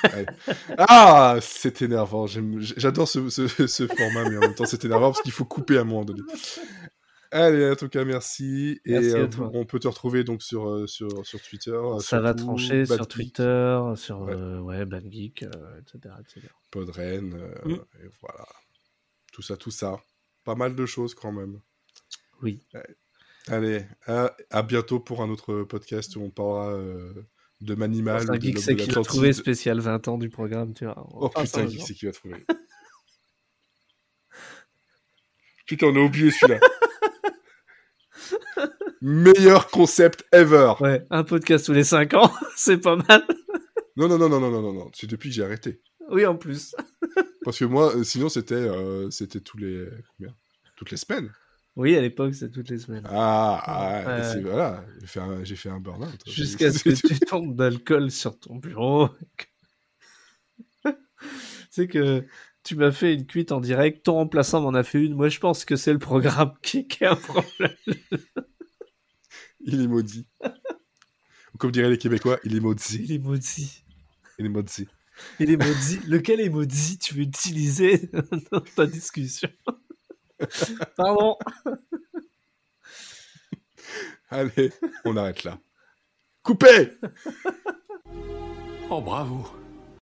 parler. Allez. Ah, c'est énervant. j'aime- J'adore ce, ce- ce format, mais en même temps, c'est énervant parce qu'il faut couper à un moment donné. Allez, en tout cas, merci. Et Merci à euh, toi. on peut te retrouver donc sur, euh, sur, sur Twitter. euh, ça va surtout, trancher Bad sur Geek, Twitter, sur Ouais. euh, ouais, Bad Geek, euh, etc., etc. Podren, euh, Mm. et voilà. Tout ça, tout ça. Pas mal de choses quand même. Oui. Allez, à, à bientôt pour un autre podcast où on parlera euh, de Manimal. C'est un ou de geek, l'homme c'est de qu'il a l'Atlantide. trouvé spécial 20 ans du programme, tu vois. Oh Ah, ça putain, va, qui genre. c'est qui va trouver Putain, on a oublié celui-là. Meilleur concept ever. Ouais, un podcast tous les 5 ans, c'est pas mal. Non, non, non, non, non, non, non, non. C'est depuis que j'ai arrêté. Oui, en plus. Parce que moi, euh, sinon, c'était, euh, c'était tous les combien Toutes les semaines. Oui, à l'époque, c'est toutes les semaines. Ah, ah, Ouais. c'est- voilà. J'ai fait un, j'ai fait un burn-out. Jusqu'à ce que tu tombes d'alcool sur ton bureau. c'est que tu m'as fait une cuite en direct, ton remplaçant m'en a fait une. Moi, je pense que c'est le programme qui, qui a un problème. il est maudit. Ou Comme diraient les Québécois, il est Il maudit. est maudit. Il est maudit. Il est maudit. Lequel est maudit tu veux utiliser dans ta discussion Pardon. Allez, on arrête là. Coupez Oh bravo